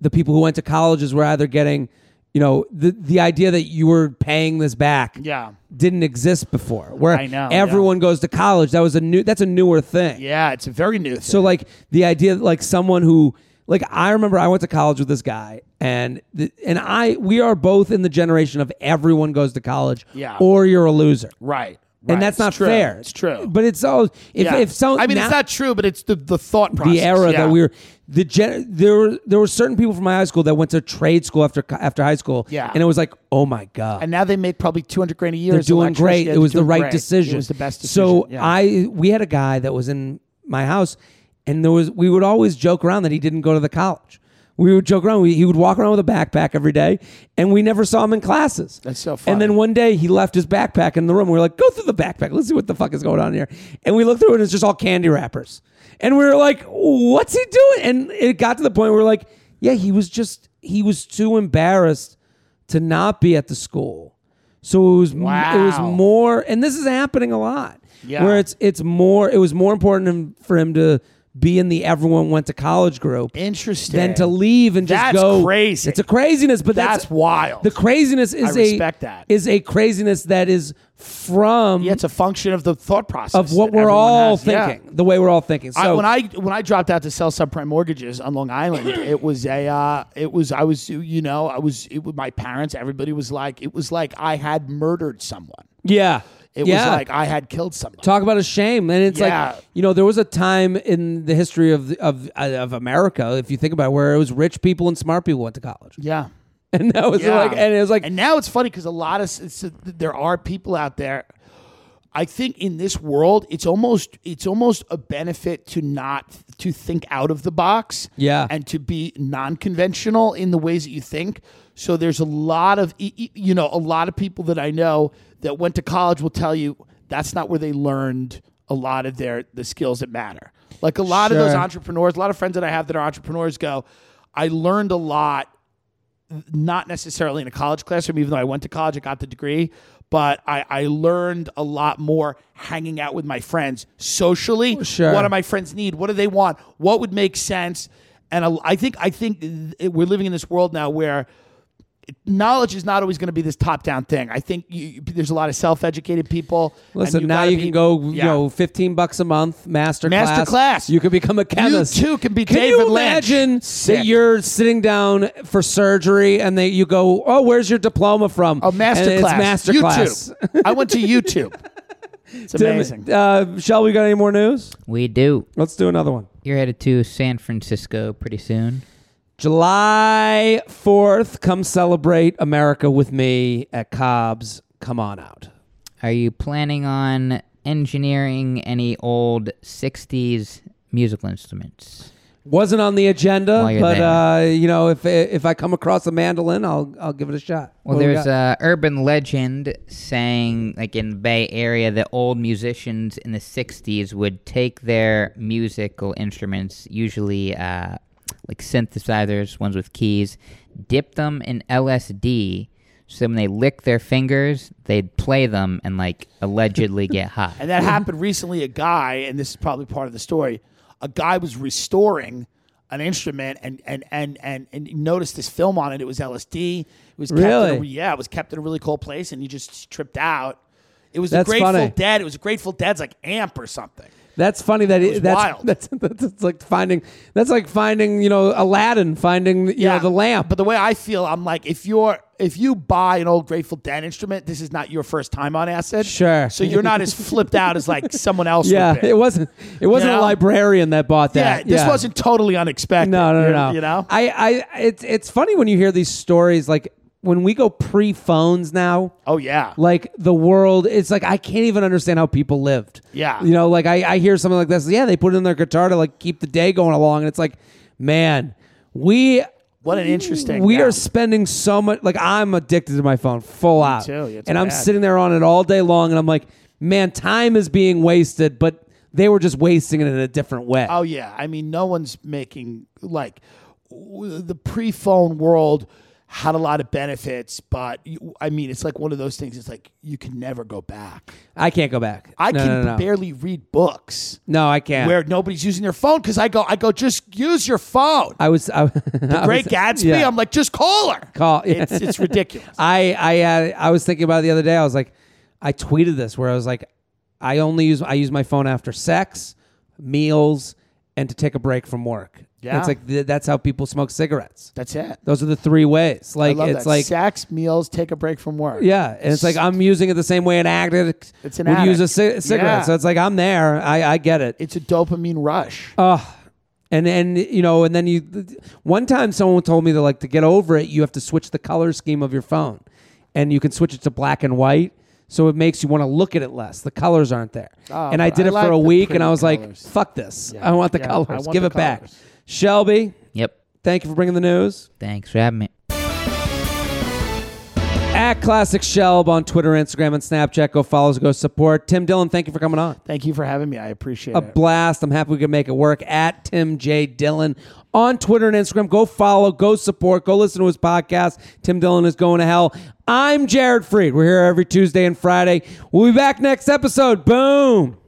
Speaker 1: the people who went to colleges were either getting you know the the idea that you were paying this back
Speaker 3: Yeah.
Speaker 1: didn't exist before where
Speaker 3: I know,
Speaker 1: everyone goes to college that was a new that's a newer thing
Speaker 3: yeah, it's a very new thing.
Speaker 1: so like the idea that like someone who like I remember I went to college with this guy and the, and I we are both in the generation of everyone goes to college
Speaker 3: Yeah.
Speaker 1: or you're a loser
Speaker 3: right. right.
Speaker 1: and that's
Speaker 3: It's
Speaker 1: not
Speaker 3: true.
Speaker 1: fair
Speaker 3: It's true.
Speaker 1: but it's all if
Speaker 3: Yeah.
Speaker 1: if so
Speaker 3: I mean,
Speaker 1: now-
Speaker 3: it's not true, but it's the, the thought process.
Speaker 1: the era
Speaker 3: Yeah.
Speaker 1: that we were the gen, there were there were certain people from my high school that went to trade school after co- after high school
Speaker 3: Yeah.
Speaker 1: and it was like oh my god
Speaker 3: And now they make probably 200 grand a year.
Speaker 1: they're
Speaker 3: as an
Speaker 1: doing
Speaker 3: electrician.
Speaker 1: great
Speaker 3: Yeah,
Speaker 1: it
Speaker 3: they're
Speaker 1: was the
Speaker 3: doing
Speaker 1: right
Speaker 3: great.
Speaker 1: decision
Speaker 3: It was the best decision.
Speaker 1: so
Speaker 3: Yeah.
Speaker 1: i we had a guy that was in my house and there was we would always joke around that he didn't go to the college we would joke around. We, he would walk around with a backpack every day, and we never saw him in classes.
Speaker 3: That's so
Speaker 1: And then
Speaker 3: funny.
Speaker 1: one day he left his backpack in the room. We were like, "Go through the backpack. Let's see what the fuck is going on here." And we looked through it, and it's just all candy wrappers. And we were like, "What's he doing?" And it got to the point where we are like, "Yeah, he was just he was too embarrassed to not be at the school." So it was it was
Speaker 3: Wow.
Speaker 1: more, and this is happening a lot.
Speaker 3: Yeah.
Speaker 1: Where it's it's more it was more important him- for him to be in the everyone went to college group
Speaker 3: Interesting.
Speaker 1: than to leave and just
Speaker 3: That's
Speaker 1: go
Speaker 3: crazy.
Speaker 1: It's a craziness, but that's,
Speaker 3: That's wild.
Speaker 1: The craziness is
Speaker 3: I respect
Speaker 1: a
Speaker 3: that.
Speaker 1: is a craziness that is from
Speaker 3: yeah, it's a function of the thought process.
Speaker 1: of what
Speaker 3: that
Speaker 1: we're
Speaker 3: everyone
Speaker 1: all
Speaker 3: has. Yeah.
Speaker 1: thinking, the way we're all thinking. So
Speaker 3: I, when I when I dropped out to sell subprime mortgages on
Speaker 1: <coughs>
Speaker 3: Long Island, it was a uh, it was I was you know I was it was my parents. Everybody was like it was like I had murdered someone.
Speaker 1: yeah,
Speaker 3: It
Speaker 1: yeah.
Speaker 3: was like I had killed somebody.
Speaker 1: Talk about a shame, and it's
Speaker 3: Yeah.
Speaker 1: like you know there was a time in the history of of of America, if you think about it, where it was rich people and smart people went to college,
Speaker 3: yeah.
Speaker 1: <laughs> and that was
Speaker 3: Yeah.
Speaker 1: like, and it was like,
Speaker 3: and now it's funny because a lot of s- it's, there are people out there. I think in this world, it's almost it's almost a benefit to not to think out of the box,
Speaker 1: Yeah.
Speaker 3: and to be non-conventional in the ways that you think. So there's a lot of e- e- you know a lot of people that I know that went to college will tell you that's not where they learned a lot of their the skills that matter. Like a lot of those
Speaker 1: Sure.
Speaker 3: entrepreneurs, a lot of friends that I have that are entrepreneurs go, I learned a lot not necessarily in a college classroom, even though I went to college, I got the degree, but I, I learned a lot more hanging out with my friends socially.
Speaker 1: Oh, Sure.
Speaker 3: What do my friends need? What do they want? What would make sense? And I, I think I think it, we're living in this world now where knowledge is not always going to be this top-down thing. I think you, you- there's a lot of self-educated people. and
Speaker 1: Listen, now
Speaker 3: gotta
Speaker 1: you
Speaker 3: be-
Speaker 1: can go, you
Speaker 3: Yeah.
Speaker 1: know, fifteen bucks a month, master
Speaker 3: Master class.
Speaker 1: You could become a chemist.
Speaker 3: too can be
Speaker 1: you
Speaker 3: David Lynch.
Speaker 1: imagine that
Speaker 3: Sick.
Speaker 1: you're sitting down for surgery and they you go, oh, where's your diploma from?
Speaker 3: a master
Speaker 1: and it's
Speaker 3: class.
Speaker 1: master class.
Speaker 3: YouTube. I went to
Speaker 1: <laughs>
Speaker 3: YouTube. It's amazing.
Speaker 1: Uh, Shell, we got any more news?
Speaker 4: We do.
Speaker 1: Let's do another one.
Speaker 4: You're headed to San Francisco pretty soon.
Speaker 1: July 4th, come celebrate America with me at Cobb's. Come on out.
Speaker 4: Are you planning on engineering any old 60s musical instruments?
Speaker 1: Wasn't on the
Speaker 4: While
Speaker 1: agenda,
Speaker 4: you're
Speaker 1: but
Speaker 4: there.
Speaker 1: uh, you know, if if I come across a mandolin, I'll I'll give it a shot.
Speaker 4: Well,
Speaker 1: What do we
Speaker 4: there's
Speaker 1: got?
Speaker 4: a urban legend saying, like in the Bay Area, that old musicians in the '60s would take their musical instruments, usually uh, like synthesizers, ones with keys, dip them in LSD. So when they lick their fingers, they'd play them and like
Speaker 1: <laughs>
Speaker 4: allegedly get high.
Speaker 3: And that
Speaker 1: Mm-hmm.
Speaker 3: happened recently. A guy, and this is probably part of the story, a guy was restoring an instrument and and and and, and he noticed this film on it. It was LSD. It was kept In a,
Speaker 1: Really?
Speaker 3: yeah, it was kept in a really cold place, and he just tripped out. It was
Speaker 1: That's
Speaker 3: the Grateful
Speaker 1: funny.
Speaker 3: Dead. It was Grateful Dead's like amp or something.
Speaker 1: That's funny that it,
Speaker 3: was
Speaker 1: that's,
Speaker 3: wild.
Speaker 1: that's <laughs> that's it's like finding that's like finding you know Aladdin finding you know the lamp.
Speaker 3: But the way I feel, I'm like, if you're if you buy an old Grateful Dead instrument, this is not your first time on acid.
Speaker 1: Sure.
Speaker 3: So you're not as flipped out as like someone
Speaker 1: <laughs>
Speaker 3: else.
Speaker 1: yeah,
Speaker 3: would be.
Speaker 1: it wasn't it wasn't a
Speaker 3: know?
Speaker 1: librarian that bought
Speaker 3: Yeah,
Speaker 1: that.
Speaker 3: this wasn't totally unexpected.
Speaker 1: No, no,
Speaker 3: you-
Speaker 1: no, no.
Speaker 3: You know,
Speaker 1: I I it's it's funny when you hear these stories like when we go pre phones now.
Speaker 3: oh yeah,
Speaker 1: Like the world, it's like I can't even understand how people lived.
Speaker 3: Yeah.
Speaker 1: you know, like I, I hear something like this. Yeah, they put in their guitar to like keep the day going along, and it's like, man, we
Speaker 3: What an interesting-
Speaker 1: We
Speaker 3: yeah.
Speaker 1: are spending so much. Like I'm addicted to my phone, full out,
Speaker 3: too, it's
Speaker 1: and I'm
Speaker 3: bad.
Speaker 1: sitting there on it all day long, and I'm like, man, time is being wasted, but they were just wasting it in a different way.
Speaker 3: Oh yeah, I mean, no one's making like w- the pre-phone world had a lot of benefits, but you, I mean, it's like one of those things. It's like you can never go back.
Speaker 1: I can't go back.
Speaker 3: I
Speaker 1: No,
Speaker 3: can
Speaker 1: no, no.
Speaker 3: barely read books
Speaker 1: No, I can't.
Speaker 3: where nobody's using their phone because I go, I go, just use your phone.
Speaker 1: I was, uh, I, <laughs> the
Speaker 3: Great Gatsby, I'm like, just call her.
Speaker 1: Call- yeah.
Speaker 3: It's
Speaker 1: <laughs>
Speaker 3: it's ridiculous.
Speaker 1: I I uh, I was thinking about it the other day. I was like, I tweeted this where I was like, I only use I use my phone after sex, meals, and to take a break from work. And
Speaker 3: Yeah.
Speaker 1: it's like th- that's how people smoke cigarettes.
Speaker 3: That's it.
Speaker 1: Those are the three ways.
Speaker 3: I
Speaker 1: Like
Speaker 3: love
Speaker 1: it's
Speaker 3: that.
Speaker 1: like
Speaker 3: sex, meals, take a break from work.
Speaker 1: yeah, and it's like I'm using it the same way an addict
Speaker 3: It's an
Speaker 1: would use a
Speaker 3: addict.
Speaker 1: ci- cigarette.
Speaker 3: Yeah.
Speaker 1: So it's like I'm there. I I get it.
Speaker 3: it's a dopamine rush.
Speaker 1: And and you know, and then you. One time, someone told me that like to get over it, you have to switch the color scheme of your phone, and you can switch it to black and white, so it makes you want to look at it less. The colors aren't there.
Speaker 3: Oh,
Speaker 1: and I
Speaker 3: but
Speaker 1: did
Speaker 3: I
Speaker 1: it
Speaker 3: like
Speaker 1: for a
Speaker 3: the
Speaker 1: week, and
Speaker 3: pretty
Speaker 1: I was like,
Speaker 3: colors.
Speaker 1: "Fuck this!
Speaker 3: Yeah.
Speaker 1: I want the
Speaker 3: Yeah, I
Speaker 1: colors.
Speaker 3: want
Speaker 1: Give
Speaker 3: the
Speaker 1: it back."
Speaker 3: colors.
Speaker 1: Shelby,
Speaker 4: Yep.
Speaker 1: thank you for bringing the news.
Speaker 4: Thanks for having me.
Speaker 1: At Classic Shelb on Twitter, Instagram, and Snapchat. Go follow us. Go support Tim Dillon. Thank you for coming on.
Speaker 3: Thank you for having me. I appreciate
Speaker 1: a
Speaker 3: it.
Speaker 1: blast. I'm happy we could make it work. At Tim J Dillon on Twitter and Instagram. Go follow, go support, go listen to his podcast. Tim Dillon is going to hell. I'm Jared Freed. We're here every Tuesday and Friday. We'll be back next episode. Boom.